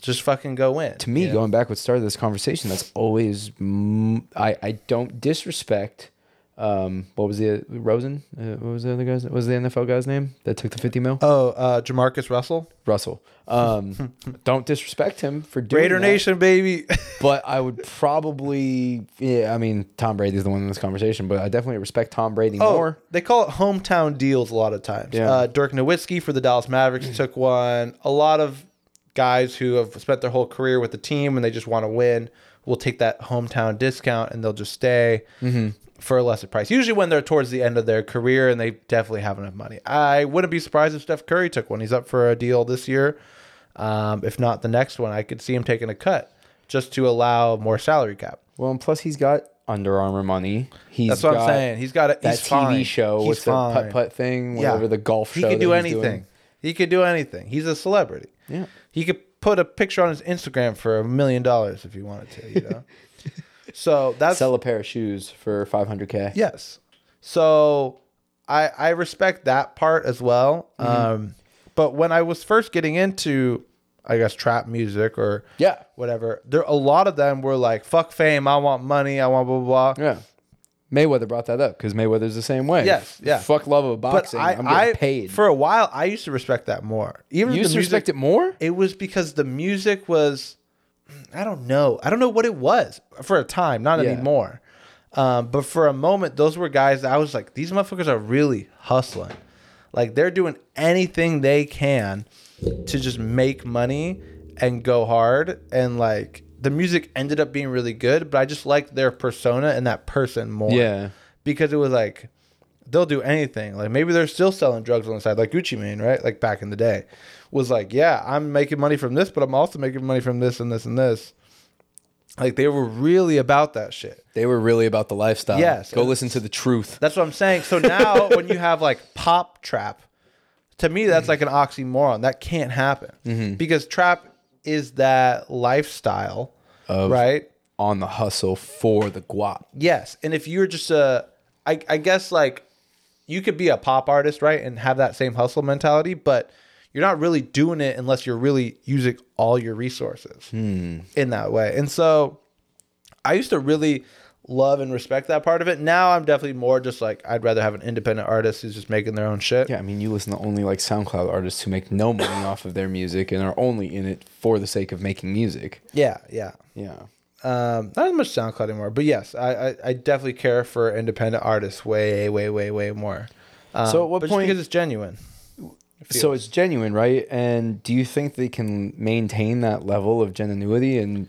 C: Just fucking go in.
B: to me, going back what started this conversation, that's always m- I I don't disrespect. Um, what was the Rosen? Uh, what was the other guy's? What was the NFL guy's name that took the fifty mil?
C: Oh, uh, Jamarcus Russell,
B: Russell. Um, don't disrespect him for doing
C: Raider
B: that,
C: Nation, baby.
B: But I would probably, yeah. I mean, Tom Brady's the one in this conversation, but I definitely respect Tom Brady
C: Oh.
B: more.
C: they call it hometown deals a lot of times.
B: Yeah. Mm.
C: Uh, Dirk Nowitzki for the Dallas Mavericks took one. A lot of guys who have spent their whole career with the team and they just want to win will take that hometown discount and they'll just stay
B: Mm-hmm.
C: for a lesser price. Usually when they're towards the end of their career and they definitely have enough money. I wouldn't be surprised if Steph Curry took one. He's up for a deal this year. Um, if not the next one, I could see him taking a cut just to allow more salary cap.
B: Well, and plus he's got Under Armour money. He's
C: That's what
B: got
C: I'm saying. He's got a
B: That
C: he's
B: TV
C: fine.
B: show
C: He's
B: with
C: fine.
B: the putt putt thing,
C: Yeah.
B: whatever the golf show.
C: He
B: that
C: could do
B: he's doing.
C: anything. He could do anything. He's a celebrity.
B: Yeah.
C: He could put a picture on his Instagram for a million dollars if he wanted to, you know. so that's
B: Sell a pair of shoes for five hundred k.
C: yes. So I I respect that part as well.
B: Mm-hmm.
C: Um but when I was first getting into I guess trap music or
B: Yeah.
C: whatever, there a lot of them were like, fuck fame, I want money, I want blah blah blah.
B: Yeah. Mayweather brought that up because Mayweather's the same way.
C: Yes, yeah.
B: Fuck love of
C: But
B: boxing.
C: I,
B: I'm
C: I
B: getting paid.
C: for a while I used to respect that more. Even
B: you
C: if
B: used
C: the
B: to
C: music,
B: respect it more?
C: it was because the music was i don't know i don't know what it was for a time not
B: Yeah.
C: anymore um, but for a moment those were guys that i was like these motherfuckers are really hustling like they're doing anything they can to just make money and go hard and like the music ended up being really good but i just liked their persona and that person more
B: Yeah.
C: because it was like they'll do anything. Like maybe they're still selling drugs on the side, like Gucci Mane, right? Like back in the day, was like, yeah, I'm making money from this, but I'm also making money from this and this and this. Like they were really about that shit.
B: They were really about the lifestyle.
C: Yes.
B: Go listen to the truth.
C: That's what I'm saying. So now when you have like pop trap, to me that's like an oxymoron. That can't happen because trap is that lifestyle, right?
B: On the hustle for the guap.
C: Yes, and if you're just a, I, I guess like, you could be a pop artist, right, and have that same hustle mentality, but you're not really doing it unless you're really using all your resources
B: Hmm.
C: in that way. And so, I used to really love and respect that part of it. Now I'm definitely more just like I'd rather have an independent artist who's just making their own shit.
B: Yeah, I mean, you listen to only like SoundCloud artists who make no money off of their music and are only in it for the sake of making music.
C: yeah, yeah.
B: Yeah.
C: Um, not as much SoundCloud anymore, but yes, I, I, I definitely care for independent artists way, way, way, way more. Um,
B: So at what
C: but just
B: point-
C: because it's genuine.
B: So it's genuine, right? And do you think they can maintain that level of genuinity and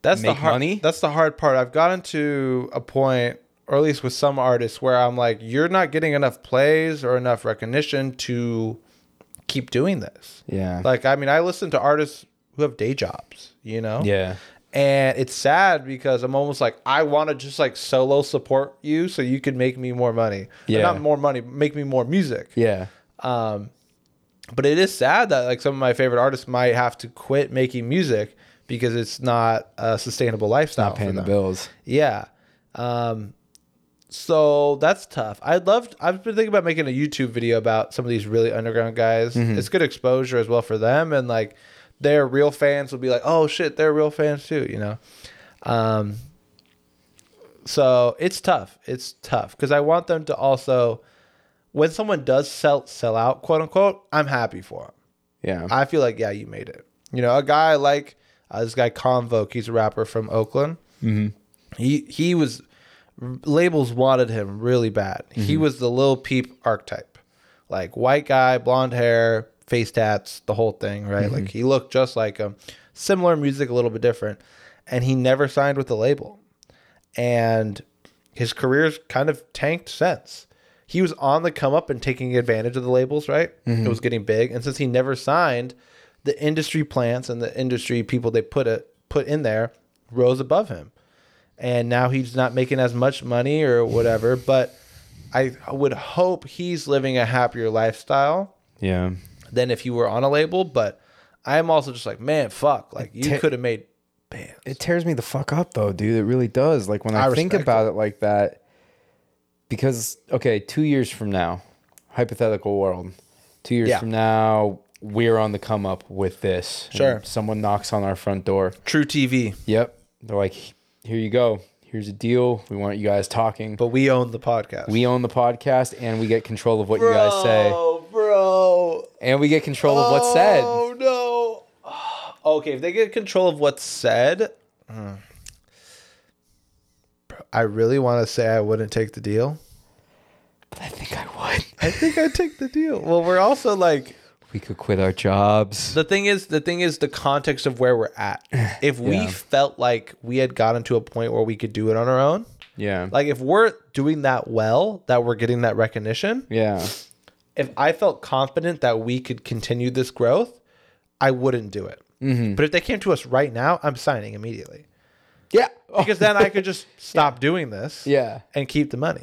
C: that's the
B: make
C: hard,
B: money?
C: That's the hard part. I've gotten to a point, or at least with some artists, where I'm like, you're not getting enough plays or enough recognition to keep doing this.
B: yeah.
C: Like, I mean, I listen to artists who have day jobs, you know?
B: yeah.
C: And it's sad because I'm almost like, I want to just like solo support you so you can make me more money. Or
B: Yeah.
C: Not more money, make me more music.
B: Yeah.
C: But it is sad that like some of my favorite artists might have to quit making music because it's not a sustainable lifestyle.
B: Not
C: for
B: paying the
C: them.
B: bills.
C: Yeah. Um, so that's tough. I'd love. I've been thinking about making a YouTube video about some of these really underground guys. It's good exposure as well for them, and like their real fans will be like, "Oh shit, they're real fans too," you know. Um, So it's tough. It's tough because I want them to also, when someone does sell sell out, quote unquote, I'm happy for them.
B: Yeah.
C: I feel like yeah, you made it. You know, a guy I like uh, this guy Convoke. He's a rapper from Oakland. Mm-hmm. He he was labels wanted him really bad. He was the Lil Peep archetype, like white guy, blonde hair, face tats, the whole thing, right? Like he looked just like him. Similar music, a little bit different, and he never signed with the label, and his career's kind of tanked since. He was on the come up and taking advantage of the labels, right? It was getting big, and since he never signed, the industry plants and the industry people they put it put in there rose above him and now he's not making as much money or whatever. But I would hope he's living a happier lifestyle
B: yeah.
C: than if you were on a label. But I'm also just like, man, fuck, like you
B: ta-
C: could have made bands.
B: It tears me the fuck up though, dude. It really does. Like when I,
C: I
B: think
C: respect
B: about it. like that, because okay, two years from now, hypothetical world, two years
C: Yeah.
B: from now, we're on the come up with this. and
C: Sure.
B: someone knocks on our front door.
C: True TV,
B: Yep. They're like, here you go. Here's a deal. We want you guys talking.
C: but we own the podcast.
B: we own the podcast and we get control of what you guys say.
C: Oh, bro.
B: And we get control of what's said.
C: Oh no. Okay, if they get control of what's said, mm. Bro, I really want to say I wouldn't take the deal.
B: But I think I would.
C: I think I'd take the deal. Well, we're also like
B: We could quit our jobs.
C: The thing is, the thing is, the context of where we're at. If we felt like we had gotten to a point where we could do it on our own,
B: Yeah.
C: like if we're doing that well, that we're getting that recognition,
B: yeah.
C: if I felt confident that we could continue this growth, I wouldn't do it.
B: Mm-hmm.
C: But if they came to us right now, I'm signing immediately
B: Yeah. Oh,
C: because then I could just stop doing this
B: yeah.
C: and keep the money.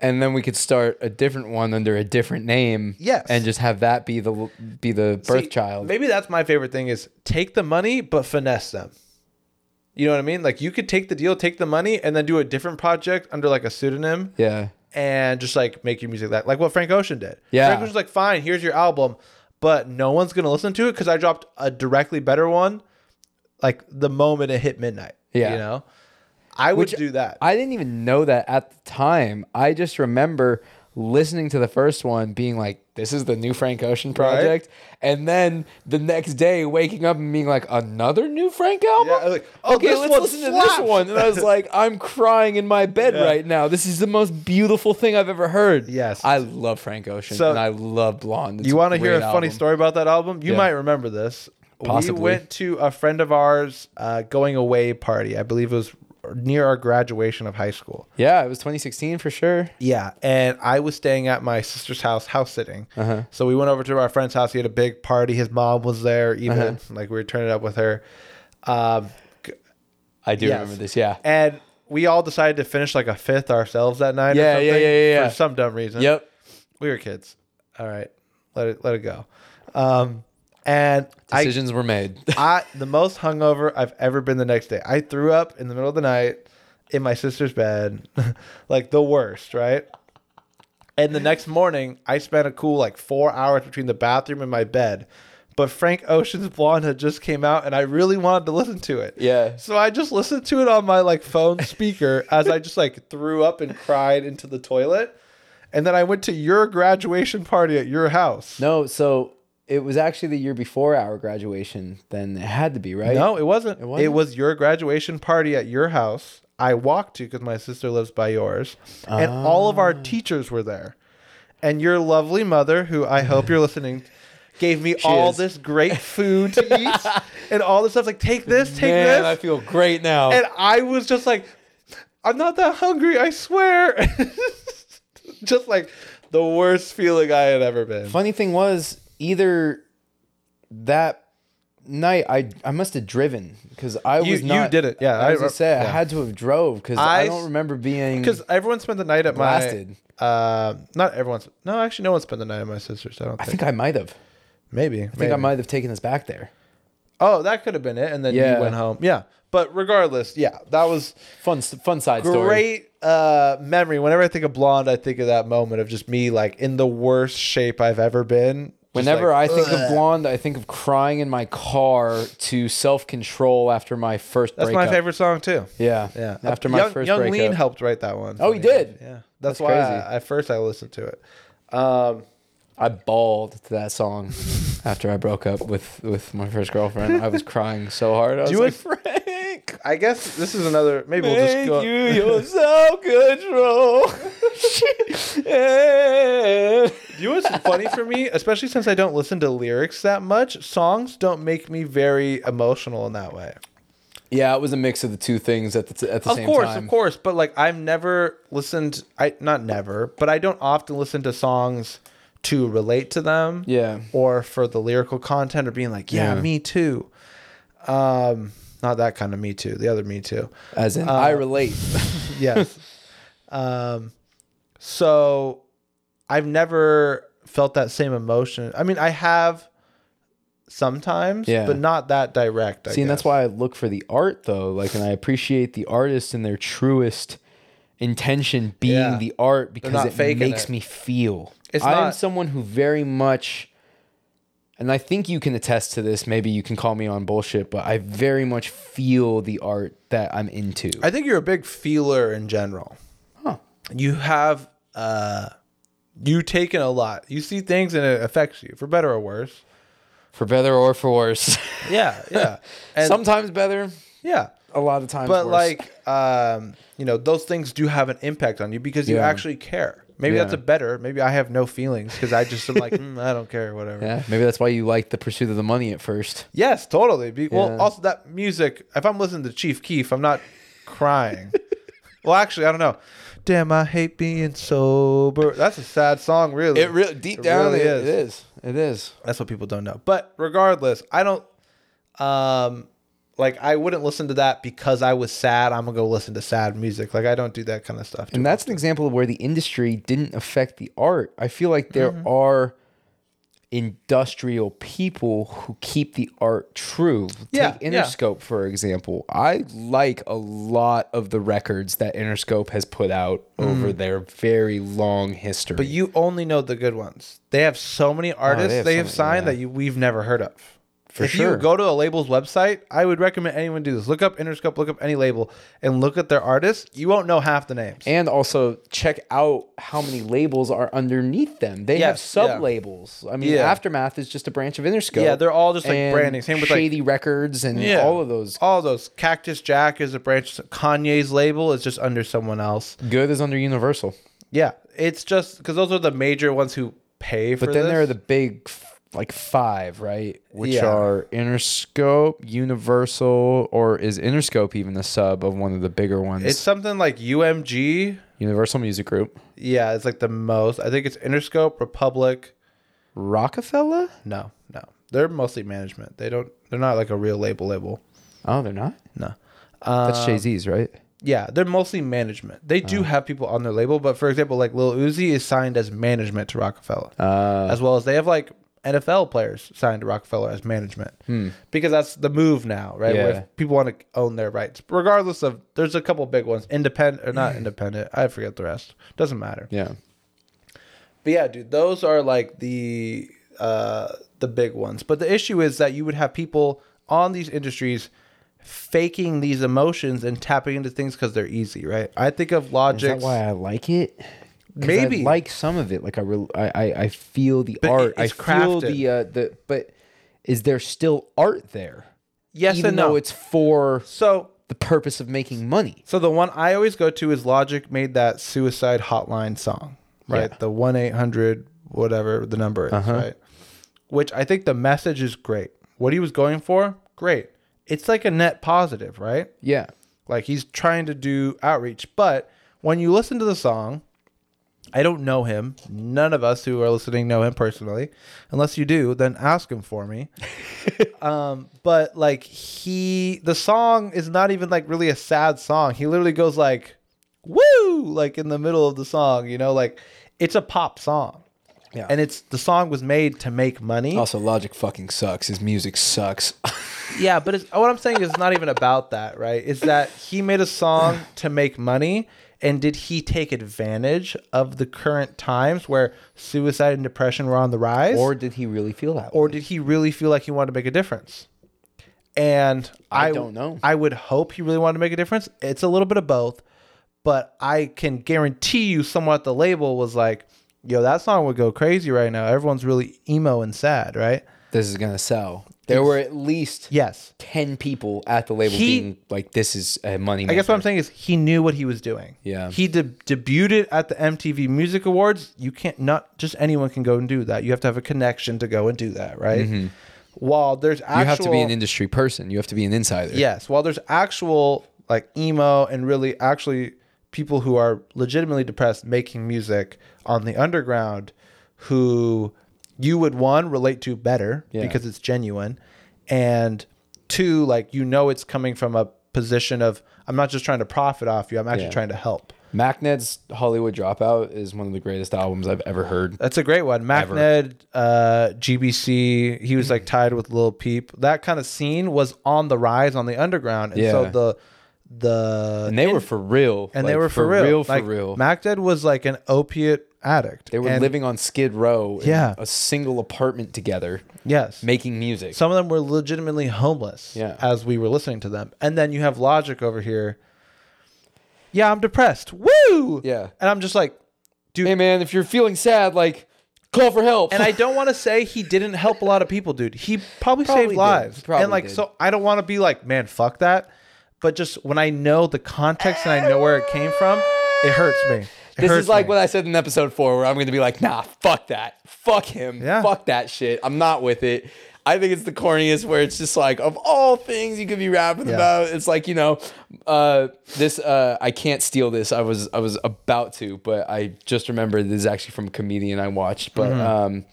B: and then we could start a different one under a different name.
C: Yes.
B: and just have that be the be the birth
C: See,
B: child.
C: Maybe that's my favorite thing is take the money but finesse them. You know what I mean? Like you could take the deal, take the money, and then do a different project under like a pseudonym
B: yeah,
C: and just like make your music that like what Frank Ocean did.
B: Yeah.
C: Frank Ocean's like, fine, here's your album, but no one's gonna listen to it because I dropped a directly better one like the moment it hit midnight.
B: Yeah.
C: You know? I would
B: Which
C: do that.
B: I didn't even know that at the time. I just remember listening to the first one, being like, "This is the new Frank Ocean project," and then the next day waking up and being like, "Another new Frank album."
C: Yeah, I was like, "Oh,
B: okay,
C: this
B: let's
C: one
B: listen to
C: slaps."
B: this one. And I was like, "I'm crying in my bed
C: Yeah.
B: right now. This is the most beautiful thing I've ever heard."
C: Yes.
B: I love Frank Ocean
C: So-
B: and I love Blonde. It's
C: You want to hear a
B: great
C: funny
B: album.
C: story about that album? You
B: Yeah.
C: might remember this.
B: Possibly.
C: We went to a friend of ours uh, going away party. I believe it was near our graduation of high school.
B: Yeah, it was 2016 for sure.
C: Yeah, and I was staying at my sister's house, house sitting.
B: Uh-huh.
C: So we went over to our friend's house. He had a big party. His mom was there, even
B: Uh-huh.
C: like we were turning it up with her. Um,
B: I do
C: Yes.
B: remember this. Yeah.
C: and we all decided to finish like a fifth ourselves that night. or
B: Yeah,
C: something,
B: yeah, yeah, yeah, yeah.
C: For some dumb reason.
B: Yep.
C: we were kids. All right, let it let it go. Um, and I
B: Decisions were made.
C: I the most hungover I've ever been the next day. I threw up in the middle of the night in my sister's bed, like the worst, right? And the next morning, I spent a cool like four hours between the bathroom and my bed. But Frank Ocean's Blonde had just came out, and I really wanted to listen to it.
B: Yeah.
C: So I just listened to it on my like phone speaker as I just like threw up and cried into the toilet. And then I went to your graduation party at your house.
B: no, so it was actually the year before our graduation, then it had to be, right?
C: No, it wasn't. It,
B: wasn't?
C: was your graduation party at your house. I walked to because my sister lives by yours, and all of
B: Ah.
C: our teachers were there. And your lovely mother, who I hope you're listening, gave me all
B: is.
C: this great food to eat and all this stuff. Like, take this, take
B: Man, I
C: this.
B: feel great now.
C: and I was just like, I'm not that hungry, I swear. just like the worst feeling I had ever been.
B: Funny thing was, either that night I I must have driven because I
C: You-
B: was
C: you
B: not.
C: did it. Yeah,
B: I was
C: I-
B: gonna say I
C: yeah.
B: had to have drove because I,
C: I
B: don't
C: s-
B: remember being.
C: Because everyone spent the night at
B: Hmm. Blasted.
C: my. Uh, not everyone's. No, actually, no one spent the night at my sister's. I don't
B: I
C: think.
B: think I might have. I
C: maybe. I
B: think I might have taken us back there.
C: Oh, that could have been it, and then
B: Yeah.
C: you went home. Yeah, but regardless, yeah, that was
B: Fun s- fun side story.
C: great uh, memory. Whenever I think of blonde, I think of that moment of just me like in the worst shape I've ever been,
B: Whenever
C: like,
B: I think of blonde, I think of crying in my car to self control after my first
C: That's
B: breakup.
C: my favorite song too.
B: Yeah.
C: Yeah.
B: After my
C: Young-
B: first
C: Young
B: breakup.
C: Lean helped write that one.
B: Oh, he
C: Funny enough.
B: did?
C: Yeah. That's,
B: That's
C: why
B: crazy.
C: I, at first I listened to it. Um,
B: I bawled to that song after I broke up with, with my first girlfriend. I was crying so hard. I was
C: you
B: like,
C: would-
B: Frank,
C: I guess this is another. Maybe we'll just
B: make
C: go.
B: you your self control.
C: Do you know what's funny for me, especially since I don't listen to lyrics that much? Songs don't make me very emotional in that way.
B: yeah, it was a mix of the two things at the, t- at the
C: Of
B: same
C: course,
B: time.
C: of course, but like I've never listened. I not never, but I don't often listen to songs to relate to them.
B: Yeah.
C: or for the lyrical content or being like, yeah,
B: Yeah.
C: me too. Um, not that kind of me too. The other me too.
B: As in,
C: Uh,
B: I relate.
C: Yes. um, so I've never felt that same emotion. I mean, I have sometimes,
B: Yeah.
C: but not that direct. I
B: See, and that's
C: guess.
B: why I look for the art though, like, and I appreciate the artist and their truest intention being
C: Yeah.
B: the art
C: not
B: because it
C: faking
B: makes
C: it.
B: me feel.
C: It's
B: I'm
C: not-
B: someone who very much, and I think you can attest to this. Maybe you can call me on bullshit, but I very much feel the art that I'm into.
C: I think you're a big feeler in general.
B: Huh.
C: You have uh, you take in a lot. You see things and it affects you for better or worse.
B: for better or for worse,
C: Yeah, yeah, and
B: sometimes better,
C: yeah.
B: a lot of times.
C: but
B: worse.
C: like um you know those things do have an impact on you because you
B: Yeah.
C: actually care maybe
B: Yeah.
C: that's a better maybe i have no feelings because i just am like "Mm, i don't care whatever
B: yeah, maybe that's why you like the pursuit of the money at first.
C: yes totally Be-
B: Yeah.
C: well also that music if i'm listening to chief keef i'm not crying well actually i don't know damn i hate being sober that's a sad song really
B: really deep
C: down, it-
B: it is. It is.
C: that's what people don't know but regardless i don't um like i wouldn't listen to that because i was sad i'm gonna go listen to sad music like i don't do that kind of stuff too
B: And that's an example of where the industry didn't affect the art. I feel like there
C: Mm-hmm.
B: are industrial people who keep the art true.
C: Yeah,
B: Take
C: yeah.
B: Interscope, for example. I like a lot of the records that Interscope has put out over their very long history.
C: Mm. But you only know the good ones. They have so many artists they
B: Oh, have
C: have,
B: so many,
C: signed
B: yeah.
C: that you, we've never heard of. if
B: sure.
C: you go to a label's website, I would recommend anyone do this. Look up Interscope, look up any label, and look at their artists. You won't know half the names.
B: and also check out how many labels are underneath them. They have
C: Yes, yeah.
B: sub labels. I mean,
C: Yeah.
B: Aftermath is just a branch of Interscope.
C: Yeah, they're all just, like,
B: and
C: branding. Same with, like-
B: Shady Records and all of those.
C: All those. Cactus Jack is a branch. Kanye's label is just under someone else.
B: Good is under Universal.
C: Yeah, it's just because those are the major ones who pay for.
B: But then there are
C: this.
B: the big, f- like five, right? Which
C: Yeah.
B: are Interscope, Universal, or is Interscope even the sub of one of the bigger ones?
C: It's something like UMG.
B: Universal Music Group,
C: Yeah, it's like the most. I think it's Interscope, Republic,
B: Rockefeller.
C: No, no. They're mostly management. They don't. They're not like a real label label.
B: Oh, they're not.
C: No.
B: That's
C: Uh,
B: Jay Z's, right?
C: Yeah, they're mostly management. They
B: Oh.
C: do have people on their label, but for example, like Lil Uzi is signed as management to Rockefeller,
B: Uh,
C: as well as they have like NFL players signed to Rockefeller as management because that's the move now, right? Where
B: Hmm. Yeah.
C: if people want to own their rights, regardless of. There's a couple big ones, independent or not independent. I forget the rest. Doesn't matter.
B: yeah.
C: But yeah, dude, those are like the uh the big ones. But the issue is that you would have people on these industries faking these emotions and tapping into things because they're easy, right? I think of
B: Is
C: Logic's
B: that why I like it? 'Cause
C: Maybe.
B: I like some of it. Like I, re- I, I, I feel the
C: But
B: art.
C: it- it's
B: I feel
C: crafted.
B: the uh, the. But is there still art there?
C: yes
B: even
C: and no.
B: though it's for
C: so
B: the purpose of making money.
C: so the one I always go to is Logic made that suicide hotline song, right?
B: Yeah. Uh-huh.
C: The one eight hundred whatever the number is, right? Which I think the message is great. What he was going for, great. It's like a net positive, right?
B: Yeah.
C: Like he's trying to do outreach. But when you listen to the song, I don't know him. None of us who are listening know him personally. Unless you do, then ask him for me. um, but like he, the song is not even like really a sad song. He literally goes like, woo, like in the middle of the song, you know, like it's a pop song.
B: Yeah.
C: And it's the song was made to make money.
B: Also, Logic fucking sucks. His music sucks.
C: Yeah, but it's, what I'm saying is not even about that, right? Is that he made a song to make money, And did he take advantage of the current times where suicide and depression were on the rise?
B: Or did he really feel that?
C: or did he really feel like he wanted to make a difference? And I,
B: I don't know.
C: I would hope he really wanted to make a difference. It's a little bit of both, but I can guarantee you, someone at the label was like, "Yo, that song would go crazy right now. Everyone's really emo and sad, right?"
B: this is gonna sell? There were at least
C: Yes.
B: ten people at the label
C: He-
B: being like, "This is a money."
C: I guess what I'm saying is he knew what he was doing.
B: Yeah.
C: He de- debuted at the MTV Music Awards. You can't not just anyone can go and do that. You have to have a connection to go and do that, right? While there's actual
B: Mm-hmm. you have to be an industry person. You have to be an insider.
C: Yes. While there's actual like emo and really actually people who are legitimately depressed making music on the underground who you would one relate to better because it's genuine and two like you know it's coming from a position of I'm not just trying to profit off you I'm actually
B: Yeah.
C: trying to help.
B: MacNed's Hollywood Dropout is one of the greatest albums I've ever heard.
C: That's a great one. Mac Ned, uh, GBC, he was like tied with Lil Peep. That kind of scene was on the rise on the underground. And so
B: Yeah.
C: the the
B: And they were for real.
C: and
B: like,
C: they were for, real.
B: for
C: like,
B: real.
C: Mac Dead was like an opiate addict.
B: they were
C: And-
B: living on Skid Row in
C: Yeah.
B: a single apartment together
C: yes.
B: making music.
C: Some of them were legitimately homeless.
B: Yeah.
C: as we were listening to them, and then you have Logic over here. Yeah, I'm depressed. Woo.
B: Yeah.
C: and I'm just like, dude.
B: hey man, if you're feeling sad, like call for help.
C: and I don't want to say he didn't help a lot of people, dude. He probably,
B: Probably
C: saved
B: did.
C: lives.
B: Probably
C: and like,
B: did.
C: so I don't want to be like, man, fuck that. But just when I know the context and I know where it came from, it hurts me. It
B: this
C: hurts
B: is like
C: me.
B: what I said in episode four, where I'm going to be like, nah, fuck that. Fuck him.
C: Yeah.
B: Fuck that shit. I'm not with it. I think it's the corniest where it's just like, of all things you could be rapping about, it's like, you know, uh, this, uh, I can't steal this. I was, I was about to, but I just remembered this is actually from a comedian I watched, but, um,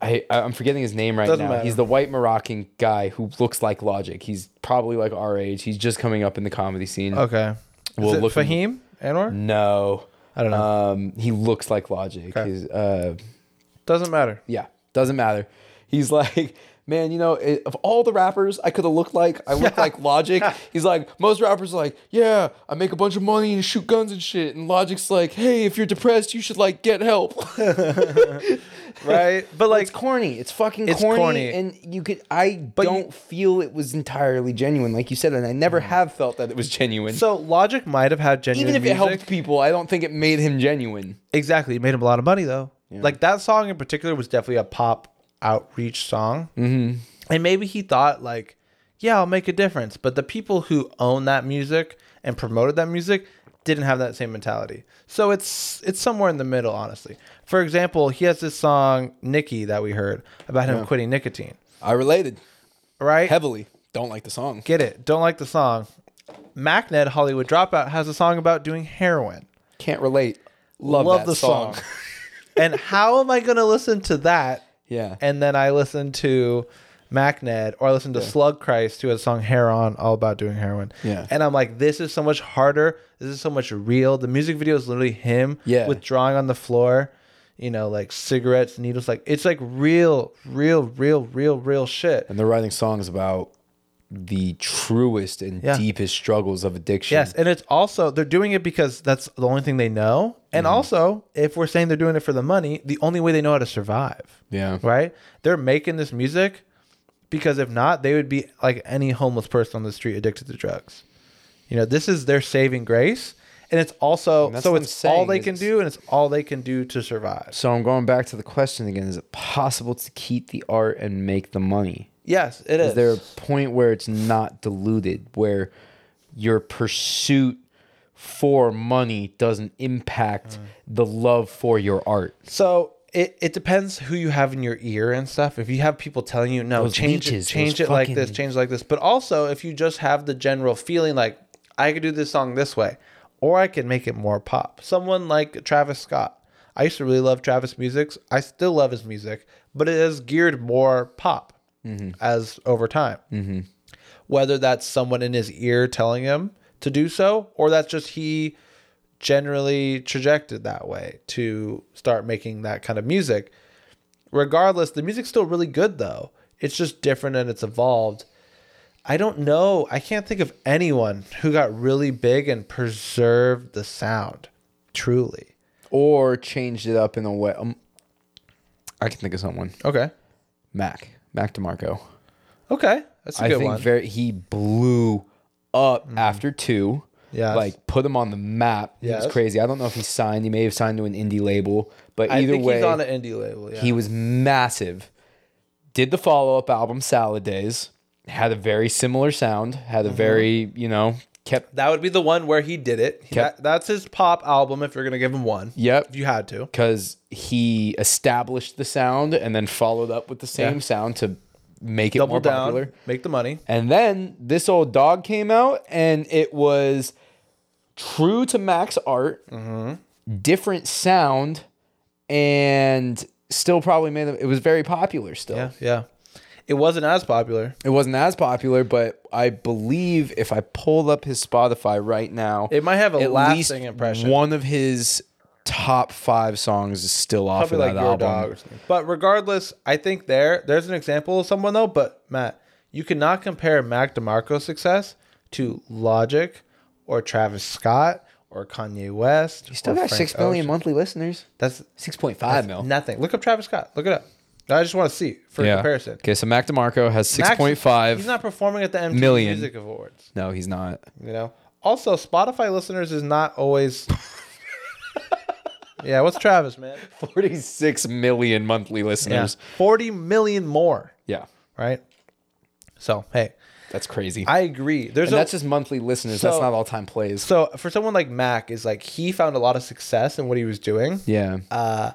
B: I, I'm forgetting his name right
C: Mm-hmm. Doesn't
B: now.
C: matter.
B: He's the white Moroccan guy who looks like Logic. He's probably like our age. He's just coming up in the comedy scene.
C: Okay.
B: Well,
C: Well, is it
B: look-
C: Fahim Anwar?
B: No.
C: I don't know.
B: Um, he looks like Logic. He's, uh,
C: Doesn't matter.
B: yeah, doesn't matter. He's like, man, you know, it, of all the rappers I could have looked like, I look like Logic. He's like, most rappers are like, yeah, I make a bunch of money and shoot guns and shit. And Logic's like, hey, if you're depressed, you should like get help.
C: Right? But like
B: it's corny. It's fucking
C: It's
B: corny,
C: corny.
B: And you could, I don't feel it was entirely genuine, like you said, and I never have felt that it was genuine.
C: Mm. so Logic might have had genuine
B: Even if it
C: music.
B: helped people, I don't think it made him genuine.
C: Exactly. It made him a lot of money though. Like that song in particular was definitely a pop outreach song. Mm-hmm. And maybe he thought like, yeah, I'll make a difference. But the people who own that music and promoted that music didn't have that same mentality. So it's it's somewhere in the middle, honestly. For example, he has this song Nikki that we heard about him quitting nicotine.
B: I related
C: Right?
B: heavily. Don't like the song.
C: Get it. Don't like the song. MacNed Hollywood Dropout has a song about doing heroin.
B: Can't relate. Love,
C: Love
B: that
C: the
B: song.
C: song. and how am I going to listen to that?
B: yeah.
C: And then I listen to MacNed or I listen to Slug Christ who has a song Heron all about doing heroin.
B: Yeah.
C: And I'm like, this is so much harder. This is so much real. The music video is literally him
B: Yeah.
C: withdrawing on the floor, you know, like cigarettes, needles. Like it's like real, real, real, real, real shit.
B: and they're writing songs about the truest and
C: Yeah.
B: deepest struggles of addiction.
C: Yes, and it's also they're doing it because that's the only thing they know. And
B: Mm-hmm.
C: also, if we're saying they're doing it for the money, the only way they know how to survive.
B: Yeah.
C: Right? They're making this music because if not, they would be like any homeless person on the street addicted to drugs. You know, this is their saving grace. And it's also
B: that's
C: so
B: what I'm
C: it's all
B: saying
C: they
B: is
C: can
B: it's-
C: do and it's all they can do to survive.
B: So I'm going back to the question again. Is it possible to keep the art and make the money?
C: Yes, it is.
B: Is there a point where it's not diluted, where your pursuit for money doesn't impact
C: Mm.
B: the love for your art?
C: So it, it depends who you have in your ear and stuff. If you have people telling you no,
B: Those
C: change
B: leeches,
C: it, change
B: those
C: it like this,
B: fucking-
C: change it like this. But also if you just have the general feeling like I could do this song this way, or I can make it more pop. Someone like Travis Scott. I used to really love Travis music. I still love his music, but it is geared more pop
B: Mm-hmm.
C: as over time. Mm-hmm whether that's someone in his ear telling him to do so or that's just he generally trajected that way to start making that kind of music regardless the music's still really good though it's just different and it's evolved I don't know. I can't think of anyone who got really big and preserved the sound. Truly.
B: or changed it up in a way. Um, I can think of someone.
C: Okay.
B: Mac. Mac DeMarco.
C: Okay. That's a
B: I
C: good
B: think
C: one. Mm.
B: very he blew up after two.
C: Yes.
B: Like put him on the map. He
C: Yes.
B: was crazy. I don't know if he signed. He may have signed to an indie label. But
C: I
B: either
C: think
B: way,
C: he's on an indie label. Yeah.
B: he was massive. Did the follow up album Salad Days. Had a very similar sound. Had a
C: Mm-hmm.
B: very, you know, kept
C: that would be the one where he did it. He-
B: Yep.
C: that- that's his pop album if you're going to give him one.
B: Yep.
C: If you had to.
B: because he established the sound and then followed up with the same
C: Yeah.
B: sound to make it
C: Double
B: more
C: down,
B: popular.
C: make the money.
B: And then this old dog came out, and it was true to Mac's art,
C: Mm-hmm.
B: different sound, and still probably made them. It was very popular still.
C: Yeah. Yeah. It wasn't as popular.
B: It wasn't as popular, but I believe if I pull up his Spotify right now,
C: It might have a
B: at least
C: lasting impression.
B: One of his top five songs is still off of
C: Probably like
B: that
C: your
B: album.
C: dog or something. But regardless, I think there there's an example of someone though. But Matt, you cannot compare Mac DeMarco's success to Logic or Travis Scott or Kanye West. You
B: Still got six million monthly listeners.
C: That's
B: Six point five mil.
C: nothing. Look up Travis Scott. Look it up. I just want to see for comparison.
B: Okay, so Mac DeMarco has six
C: Mac-
B: point five.
C: He's not performing at the MTV
B: million.
C: Music Awards.
B: No, he's not.
C: You know. Also, Spotify listeners is not always. yeah, what's Travis, man?
B: 46 million monthly
C: Yeah.
B: listeners.
C: Forty million more.
B: Yeah.
C: right? So hey,
B: That's crazy.
C: I agree. There's
B: and
C: a,
B: that's just monthly listeners. that's
C: so-
B: not all time plays.
C: so for someone like Mac is like he found a lot of success in what he was doing,
B: Yeah.
C: Uh,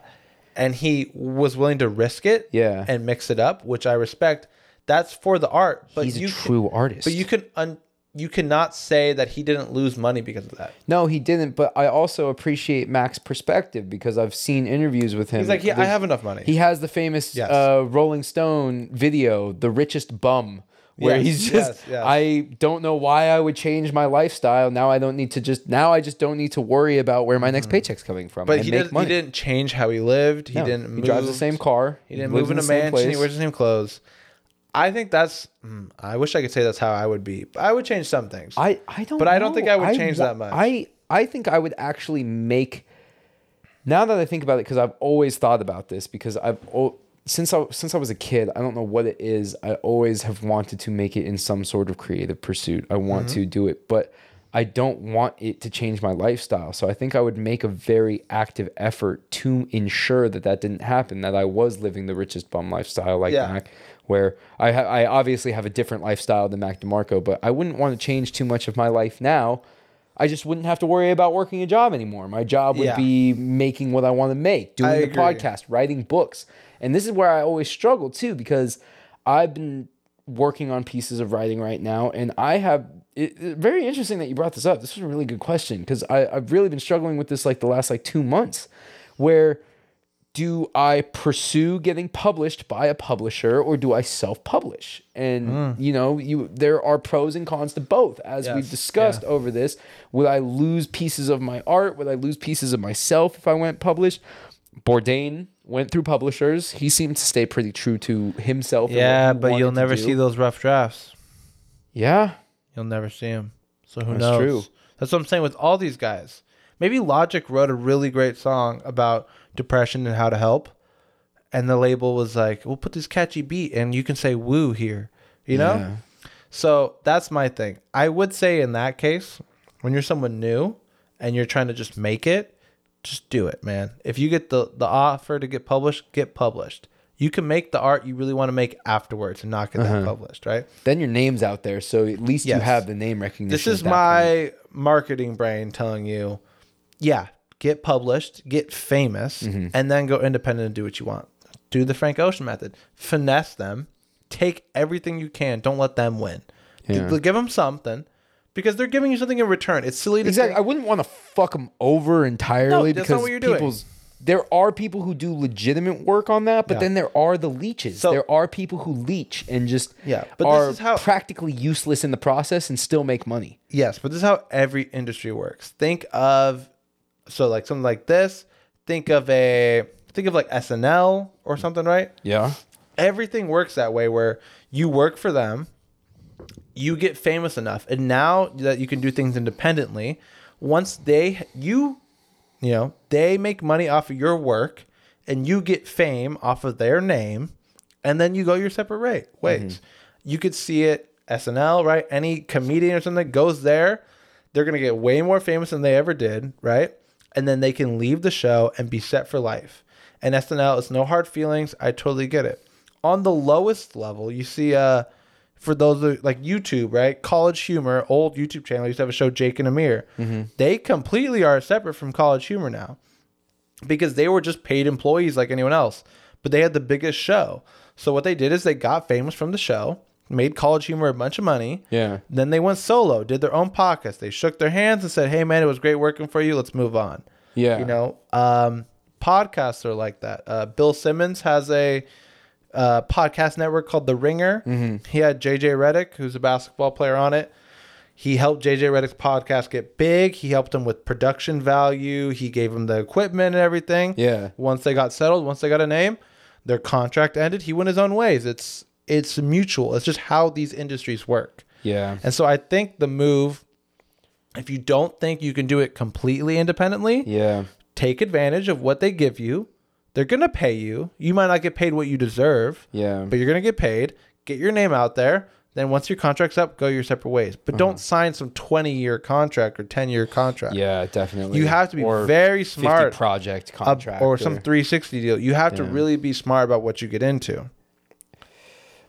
C: and he was willing to risk it,
B: Yeah.
C: and mix it up, which I respect. That's for the art, but
B: he's
C: you
B: a
C: can-
B: true artist.
C: but you can un, you cannot say that he didn't lose money because of that.
B: no, he didn't. But I also appreciate Mac's perspective because I've seen interviews with him.
C: He's like, yeah, I
B: There's-
C: have enough money.
B: He has the famous
C: Yes.
B: uh, Rolling Stone video, The Richest Bum, where
C: Yes,
B: he's just,
C: yes, yes.
B: I don't know why I would change my lifestyle. Now I don't need to just, now I just don't need to worry about where my next paycheck's coming from.
C: Mm-hmm. but
B: I
C: he
B: make
C: didn't.
B: money.
C: He didn't change how he lived. He
B: No,
C: didn't. Move,
B: He drives the same car.
C: He didn't
B: lives
C: move in a
B: the same
C: mansion. He
B: place.
C: wears the same clothes. I think that's. mm, I wish I could say that's how I would be. But I would change some things.
B: I, I don't.
C: But I don't think
B: know.
C: I would change
B: wa-
C: that much.
B: I I think I would actually make. Now that I think about it, because I've always thought about this, because I've al- since I since I was a kid, I don't know what it is. I always have wanted to make it in some sort of creative pursuit. I want to do it, but I don't want it to change my lifestyle. So I think I would make a very active effort to ensure that that didn't happen. That I was living the richest bum lifestyle, like
C: Yeah.
B: Mac where I ha- I obviously have a different lifestyle than Mac DeMarco, but I wouldn't want to change too much of my life now. I just wouldn't have to worry about working a job anymore. My job would
C: Yeah.
B: be making what I want to make, doing
C: I
B: the
C: agree.
B: podcast, writing books. And this is where I always struggle too because I've been working on pieces of writing right now and I have it, it- very interesting that you brought this up. This was a really good question because I've really been struggling with this like the last like two months where do I pursue getting published by a publisher or do I self-publish? And you know, you there are pros and cons to both, as
C: Hmm. Yes,
B: we've discussed over this. Would I lose pieces of my art? Would I lose pieces of myself if I went published? Bourdain went through publishers. He seemed to stay pretty true to himself. and what
C: Yeah,
B: he
C: but you'll
B: wanted to
C: never
B: do.
C: see those rough drafts.
B: Yeah,
C: You'll never see them. So who
B: That's
C: knows?
B: true.
C: That's what I'm saying with all these guys. Maybe Logic wrote a really great song about depression and how to help, and the label was like, "We'll put this catchy beat, and you can say woo here." You know.
B: Yeah.
C: So that's my thing. I would say in that case, when you're someone new and you're trying to just make it, just do it, man. If you get the the offer to get published, get published. You can make the art you really want to make afterwards and not get
B: Uh-huh.
C: that published, right?
B: then your name's out there, so at least
C: Yes.
B: you have the name recognition.
C: This
B: at
C: is
B: that point.
C: my marketing brain telling you, yeah, get published, get famous,
B: Mm-hmm.
C: and then go independent and do what you want. Do the Frank Ocean method. Finesse them. Take everything you can. Don't let them win. D-
B: Yeah.
C: Give them something because they're giving you something in return. It's silly to
B: Exactly.
C: think-
B: I wouldn't want to fuck them over entirely
C: that's
B: because
C: not what you're doing.
B: people's. There are people who do legitimate work on that, but then there are the leeches.
C: So-
B: there are people who leech and just
C: Yeah, but
B: are
C: this is how-
B: practically useless in the process and still make money.
C: Yes, but this is how every industry works. Think of so like something like this. Think of a think of like SNL or something, right?
B: Yeah.
C: everything works that way where you work for them you get famous enough, and now that you can do things independently, once they you you know they make money off of your work, and you get fame off of their name, and then you go your separate rate, ways. You could see it SNL, right? Any comedian or something goes there, they're gonna get way more famous than they ever did, right? And then they can leave the show and be set for life. And SNL is no hard feelings. I totally get it. On the lowest level, you see uh for those of, like YouTube, right? College Humor, old YouTube channel used to have a show Jake and Amir. They completely are separate from College Humor now because they were just paid employees like anyone else, but they had the biggest show. So what they did is they got famous from the show, made College Humor a bunch of money.
B: Yeah.
C: Then they went solo, did their own podcast. They shook their hands and said, "Hey man, it was great working for you. Let's move on."
B: Yeah.
C: You know, um, podcasts are like that. Uh, Bill Simmons has a uh, podcast network called The Ringer.
B: Mm-hmm.
C: He had JJ Reddick, who's a basketball player, on it. He helped JJ Reddick's podcast get big. He helped him with production value. He gave him the equipment and everything.
B: Yeah.
C: Once they got settled, once they got a name, their contract ended. He went his own ways. It's it's mutual. It's just how these industries work.
B: Yeah.
C: And so I think the move, if you don't think you can do it completely independently,
B: Yeah.
C: take advantage of what they give you. They're going to pay you. You might not get paid what you deserve,
B: Yeah.
C: but you're going to get paid. Get your name out there. Then once your contract's up, go your separate ways. But don't sign some 20 year contract or 10 year contract.
B: Uh-huh. Yeah, definitely.
C: You have to be
B: Or
C: very
B: 50
C: smart
B: project
C: ab-
B: contract
C: or some 360 deal. You have to really be smart about what you get into.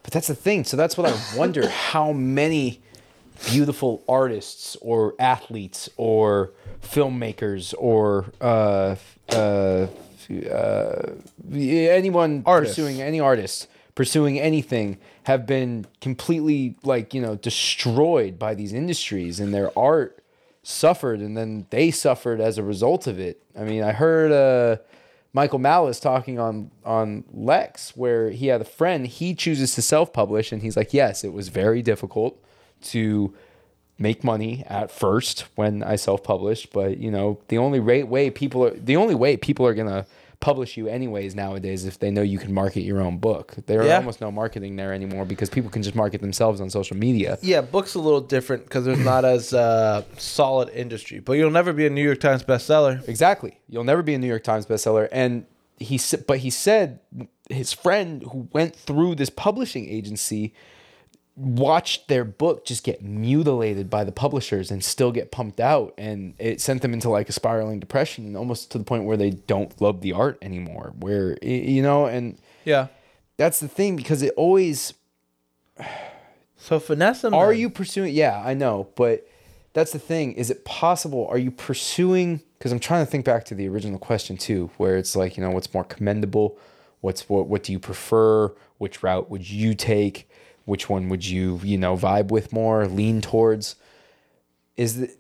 B: But that's the thing. So that's what I wonder how many beautiful artists or athletes or filmmakers or uh, uh, uh, anyone
C: Artists.
B: pursuing any artist pursuing anything have been completely like you know destroyed by these industries and their art suffered and then they suffered as a result of it i mean i heard uh michael malice talking on on lex where he had a friend he chooses to self-publish and he's like yes it was very difficult to make money at first when I self-published, but you know, the only rate way people are the only way people are gonna publish you anyways nowadays if they know you can market your own book. There are
C: Yeah.
B: almost no marketing there anymore because people can just market themselves on social media.
C: Yeah, books a little different because there's not as uh, solid industry. But you'll never be a New York Times bestseller.
B: Exactly. You'll never be a New York Times bestseller. And he sa- but he said his friend who went through this publishing agency watched their book just get mutilated by the publishers and still get pumped out and it sent them into like a spiraling depression and almost to the point where they don't love the art anymore where y- you know and
C: Yeah.
B: that's the thing because it always
C: So finesse them.
B: are
C: then.
B: you pursuing yeah i know but that's the thing is it possible are you pursuing because i'm trying to think back to the original question too where it's like you know what's more commendable what's what what do you prefer which route would you take which one would you you know vibe with more lean towards is that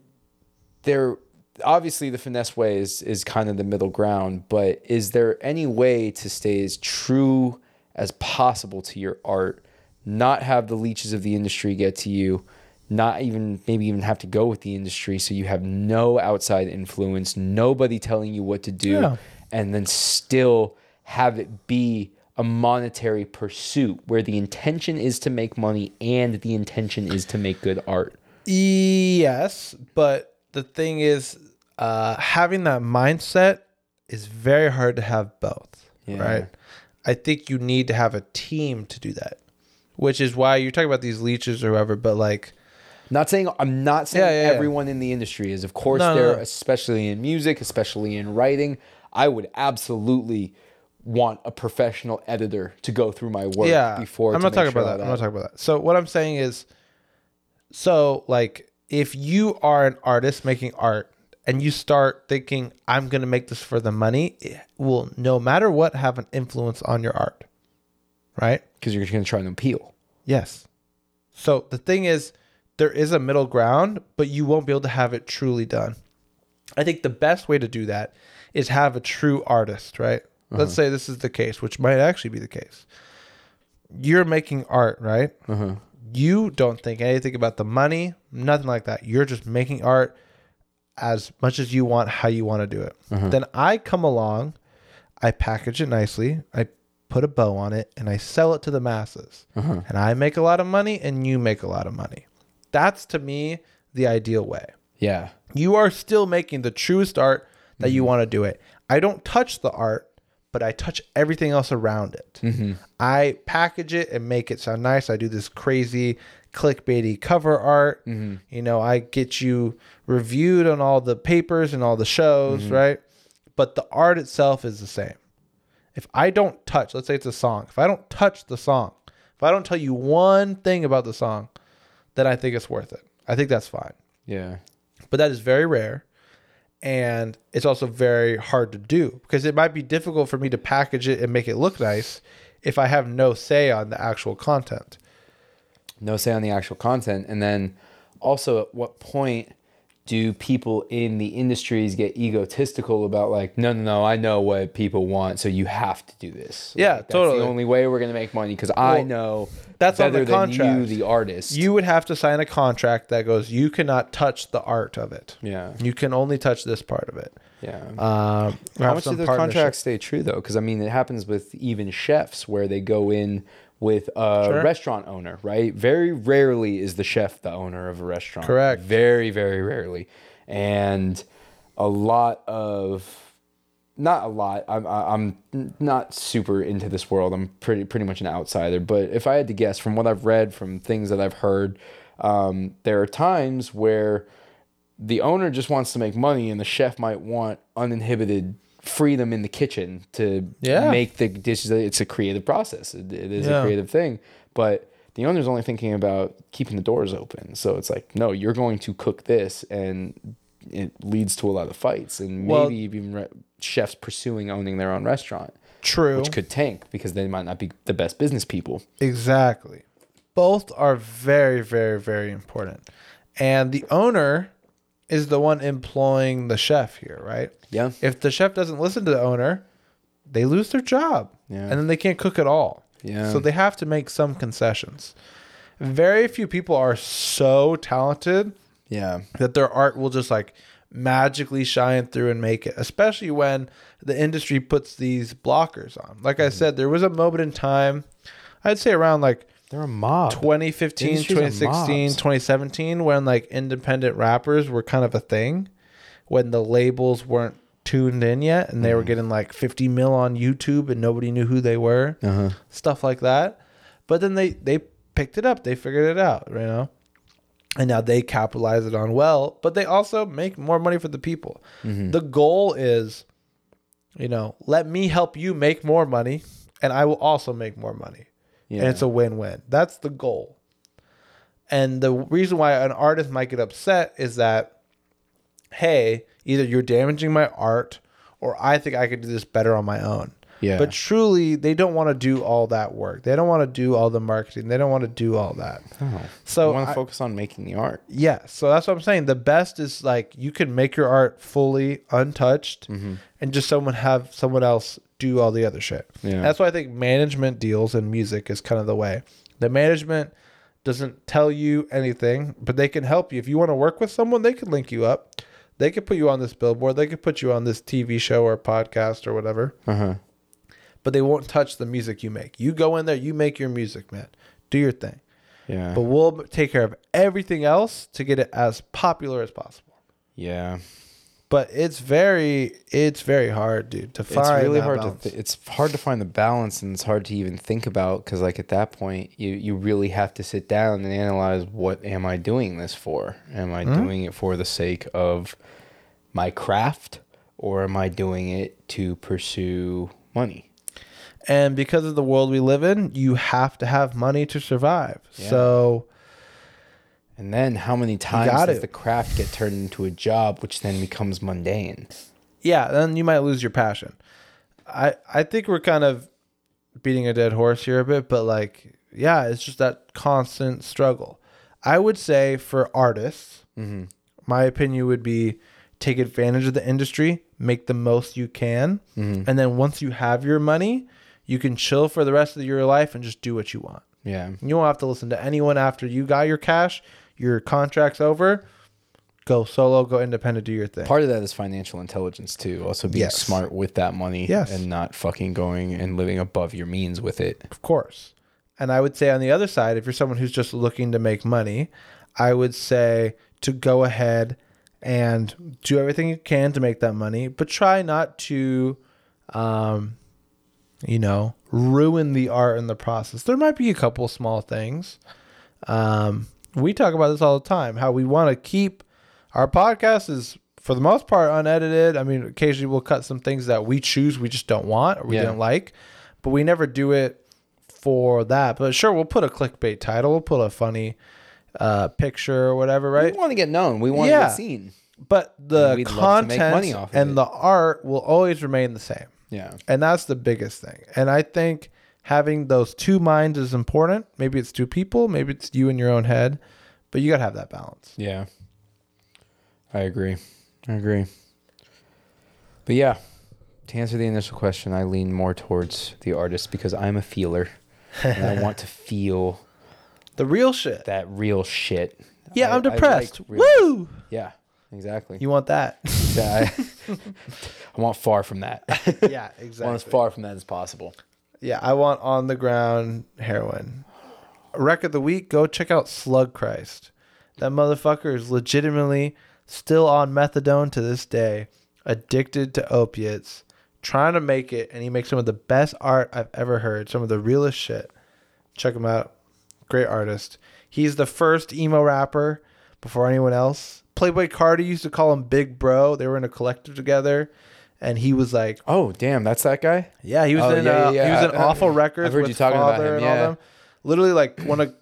B: there obviously the finesse way is is kind of the middle ground but is there any way to stay as true as possible to your art not have the leeches of the industry get to you not even maybe even have to go with the industry so you have no outside influence nobody telling you what to do
C: Yeah.
B: and then still have it be a monetary pursuit where the intention is to make money and the intention is to make good art
C: Yes, but the thing is, uh, having that mindset is very hard to have both, right? I think you need to have a team to do that, which is why you're talking about these leeches or whatever. But like,
B: Not saying I'm not saying
C: Yeah, yeah, yeah.
B: everyone in the industry is. Of course,
C: No, no,
B: there,
C: no.
B: especially in music, especially in writing. I would absolutely want a professional editor to go through my work
C: yeah,
B: before.
C: I'm
B: to
C: not
B: make
C: talking
B: sure
C: about that.
B: all
C: I'm not talking about that. So what I'm saying is, so like, if you are an artist making art and you start thinking, "I'm gonna make this for the money," it will no matter what have an influence on your art, right?
B: because you're going to try and appeal.
C: Yes. So the thing is, there is a middle ground, but you won't be able to have it truly done. I think the best way to do that is have a true artist, right? Let's say this is the case, which might actually be the case. You're making art, right? You don't think anything about the money, nothing like that. You're just making art as much as you want, how you want to do it. Then I come along, I package it nicely, I put a bow on it, and I sell it to the masses. And I make a lot of money, and you make a lot of money. That's to me the ideal way.
B: Yeah.
C: You are still making the truest art that you want to do it. I don't touch the art, but I touch everything else around it. I package it and make it sound nice. I do this crazy clickbaity cover art. You know, I get you reviewed on all the papers and all the shows, right? But the art itself is the same if I don't touch, let's say it's a song, if I don't touch the song, if I don't tell you one thing about the song, then I think it's worth it. I think that's fine.
B: Yeah.
C: But that is very rare. And it's also very hard to do because it might be difficult for me to package it and make it look nice if I have no say on the actual content.
B: no say on the actual content and then also at what point do people in the industries get egotistical about like no no no i know what people want so you have to do this
C: Yeah,
B: Like, that's
C: totally.
B: the only way we're going to make money because i
C: Well,
B: know
C: that's on
B: better
C: the
B: than you
C: contract.
B: the artist
C: You would have to sign a contract that goes, you cannot touch the art of it.
B: yeah
C: You can only touch this part of it.
B: yeah
C: Um,
B: how
C: have
B: much do
C: some
B: those
C: partnership.
B: contracts stay true though because i mean it happens with even chefs where they go in with a
C: Sure.
B: restaurant owner right very rarely is the chef the owner of a restaurant
C: Correct.
B: very very rarely and a lot of not a lot i'm I- i'm not super into this world i'm pretty pretty much an outsider but if i had to guess from what i've read from things that i've heard um, there are times where the owner just wants to make money and the chef might want uninhibited freedom in the kitchen to
C: Yeah.
B: make the dishes it's a creative process it, it is
C: Yeah.
B: a creative thing but the owner's only thinking about keeping the doors open so it's like no you're going to cook this and it leads to a lot of fights and
C: Well-
B: maybe even re- chefs pursuing owning their own restaurant
C: True.
B: which could tank because they might not be the best business people
C: Exactly. Both are very, very, very important. And the owner is the one employing the chef here, right?
B: yeah
C: If the chef doesn't listen to the owner, they lose their job.
B: Yeah.
C: And then they can't cook at all.
B: Yeah.
C: So they have to make some concessions. Very few people are so talented
B: yeah
C: that their art will just like magically shine through and make it, especially when the industry puts these blockers on. Like I said, there was a moment in time, I'd say around like
B: they're a mob
C: 2015,
B: Industries are
C: 2016,
B: mobs.
C: 2017, when like independent rappers were kind of a thing, when the labels weren't tuned in yet and they
B: Mm-hmm.
C: were getting like 50 mil on YouTube and nobody knew who they were,
B: uh-huh
C: stuff like that. But then they, they picked it up, they figured it out, you know? and now they capitalize it on well, but they also make more money for the people.
B: Mm-hmm.
C: The goal is, you know, let me help you make more money, and I will also make more money. And
B: Yeah.
C: it's a win win. That's the goal. And the reason why an artist might get upset is that, hey, either you're damaging my art or I think I could do this better on my own.
B: Yeah.
C: But truly, they don't want to do all that work. They don't want to do all the marketing. They don't want to do all that.
B: i
C: So
B: want to
C: I-
B: focus on making the art
C: yeah, so that's what I'm saying. The best is like you can make your art fully untouched
B: Mm-hmm.
C: and just someone have someone else do all the other shit.
B: Yeah.
C: That's why I think management deals in music is kind of the way. The management doesn't tell you anything, but they can help you. If you want to work with someone, they can link you up. They could put you on this billboard, they could put you on this TV show or podcast or whatever
B: uh-huh
C: but they won't touch the music you make. You go in there, you make your music, man. Do your thing.
B: Yeah.
C: But we'll take care of everything else to get it as popular as possible.
B: yeah
C: But it's very, it's very hard, dude, to find.
B: it's really
C: that
B: hard
C: balance.
B: to th- it's hard to find the balance and it's hard to even think about because like at that point you you really have to sit down and analyze what am i doing this for am i
C: Hmm?
B: doing it for the sake of my craft or am i doing it to pursue money
C: And because of the world we live in, you have to have money to survive.
B: Yeah.
C: So
B: and then how many times
C: got
B: does
C: it.
B: the craft get turned into a job which then becomes mundane
C: yeah, then you might lose your passion. I I think we're kind of beating a dead horse here a bit, but like yeah, it's just that constant struggle. I would say for artists, my opinion would be take advantage of the industry, make the most you can, and then once you have your money, you can chill for the rest of your life and just do what you want.
B: yeah
C: You don't have to listen to anyone after you got your cash, your contract's over. Go solo, go independent, do your thing.
B: part of that is financial intelligence too also being
C: Yes.
B: smart with that money
C: Yes.
B: and not fucking going and living above your means with it
C: Of course. And I would say on the other side, if you're someone who's just looking to make money, I would say to go ahead and do everything you can to make that money, but try not to, um, you know, ruin the art in the process. There might be a couple small things. Um, we talk about this all the time how we want to keep our podcast is for the most part unedited. I mean, occasionally we'll cut some things that we choose we just don't want or we
B: Yeah.
C: didn't like, but we never do it for that. But sure, we'll put a clickbait title, we'll put a funny uh, picture or whatever,
B: We
C: right?
B: want to get known. We want to
C: Yeah.
B: get seen.
C: But the
B: We'd love to
C: content
B: make money off of
C: and
B: it.
C: the art will always remain the same.
B: Yeah.
C: And that's the biggest thing. And I think having those two minds is important. Maybe it's two people, maybe it's you in your own head, but you got to have that balance.
B: Yeah. I agree. I agree. But yeah, to answer the initial question, I lean more towards the artist because I'm a feeler and I want to feel
C: The real shit.
B: that real shit.
C: yeah,
B: I-
C: I'm
B: I like
C: depressed.
B: real-
C: Woo!
B: Yeah, exactly.
C: You want that.
B: Yeah, I, I want far from that.
C: yeah,
B: I want as
C: exactly.
B: far from that as possible.
C: Yeah, I want on the ground heroin. Wreck of the week, go check out Slug Christ. That motherfucker is legitimately still on methadone to this day, addicted to opiates, trying to make it, and he makes some of the best art I've ever heard, some of the realest shit. Check him out. Great artist. He's the first emo rapper before anyone else. Playboy Cardi used to call him Big Bro. They were in a collective together, and he was like,
B: Oh, damn, that's that guy?
C: yeah, he was
B: Oh,
C: in
B: yeah,
C: uh,
B: yeah,
C: he was
B: yeah.
C: in awful records.
B: I've heard
C: with
B: you talking about
C: Father
B: him,
C: and all
B: yeah.
C: them. Literally, like one of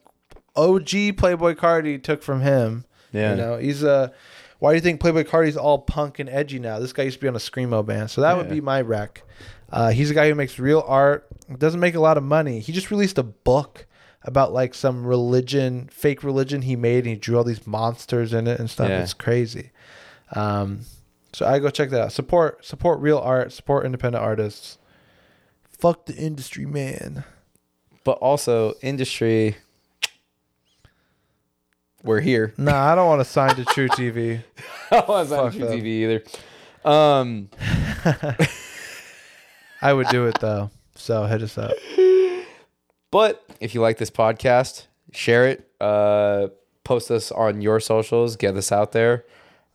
C: OG Playboy Cardi took from him.
B: Yeah.
C: you know he's a. Why do you think Playboy Cardi's all punk and edgy now? This guy used to be on a screamo band, so that would
B: Yeah.
C: be my wreck. Uh, he's a guy who makes real art. Doesn't make a lot of money. He just released a book about like some religion, fake religion he made, and he drew all these monsters in it and stuff.
B: Yeah.
C: It's crazy. Um, so I go check that out. Support support real art. Support independent artists. Fuck the industry, man.
B: But also, industry, we're here.
C: Nah, I don't want to sign to True TV.
B: I wasn't on
C: Fuck
B: True
C: them.
B: TV either. Um,
C: I would do it though. So hit us up.
B: but if you like this podcast, share it. Uh, post us on your socials. Get us out there.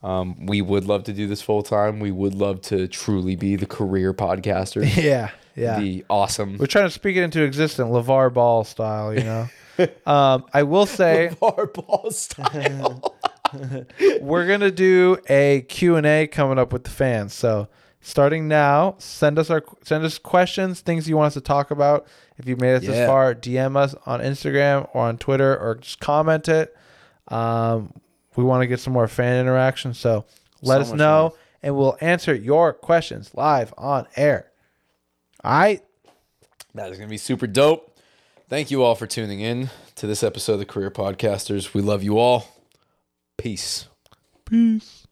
B: Um, we would love to do this full time. We would love to truly be the career podcaster,
C: Yeah, yeah.
B: the awesome
C: We're trying to speak it into existence, LeVar Ball style, you know. um, I will say
B: ball style.
C: we're gonna do a Q and A coming up with the fans. So starting now, send us our send us questions, things you want us to talk about. If you made it this
B: Yeah.
C: far, DM us on Instagram or on Twitter, or just comment it. Um, we want to get some more fan interaction, so let
B: So
C: us
B: much
C: know, and we'll answer your questions live on air. All right,
B: that is gonna be super dope. Thank you all for tuning in to this episode of the Career Podcasters. We love you all. Peace.
C: peace.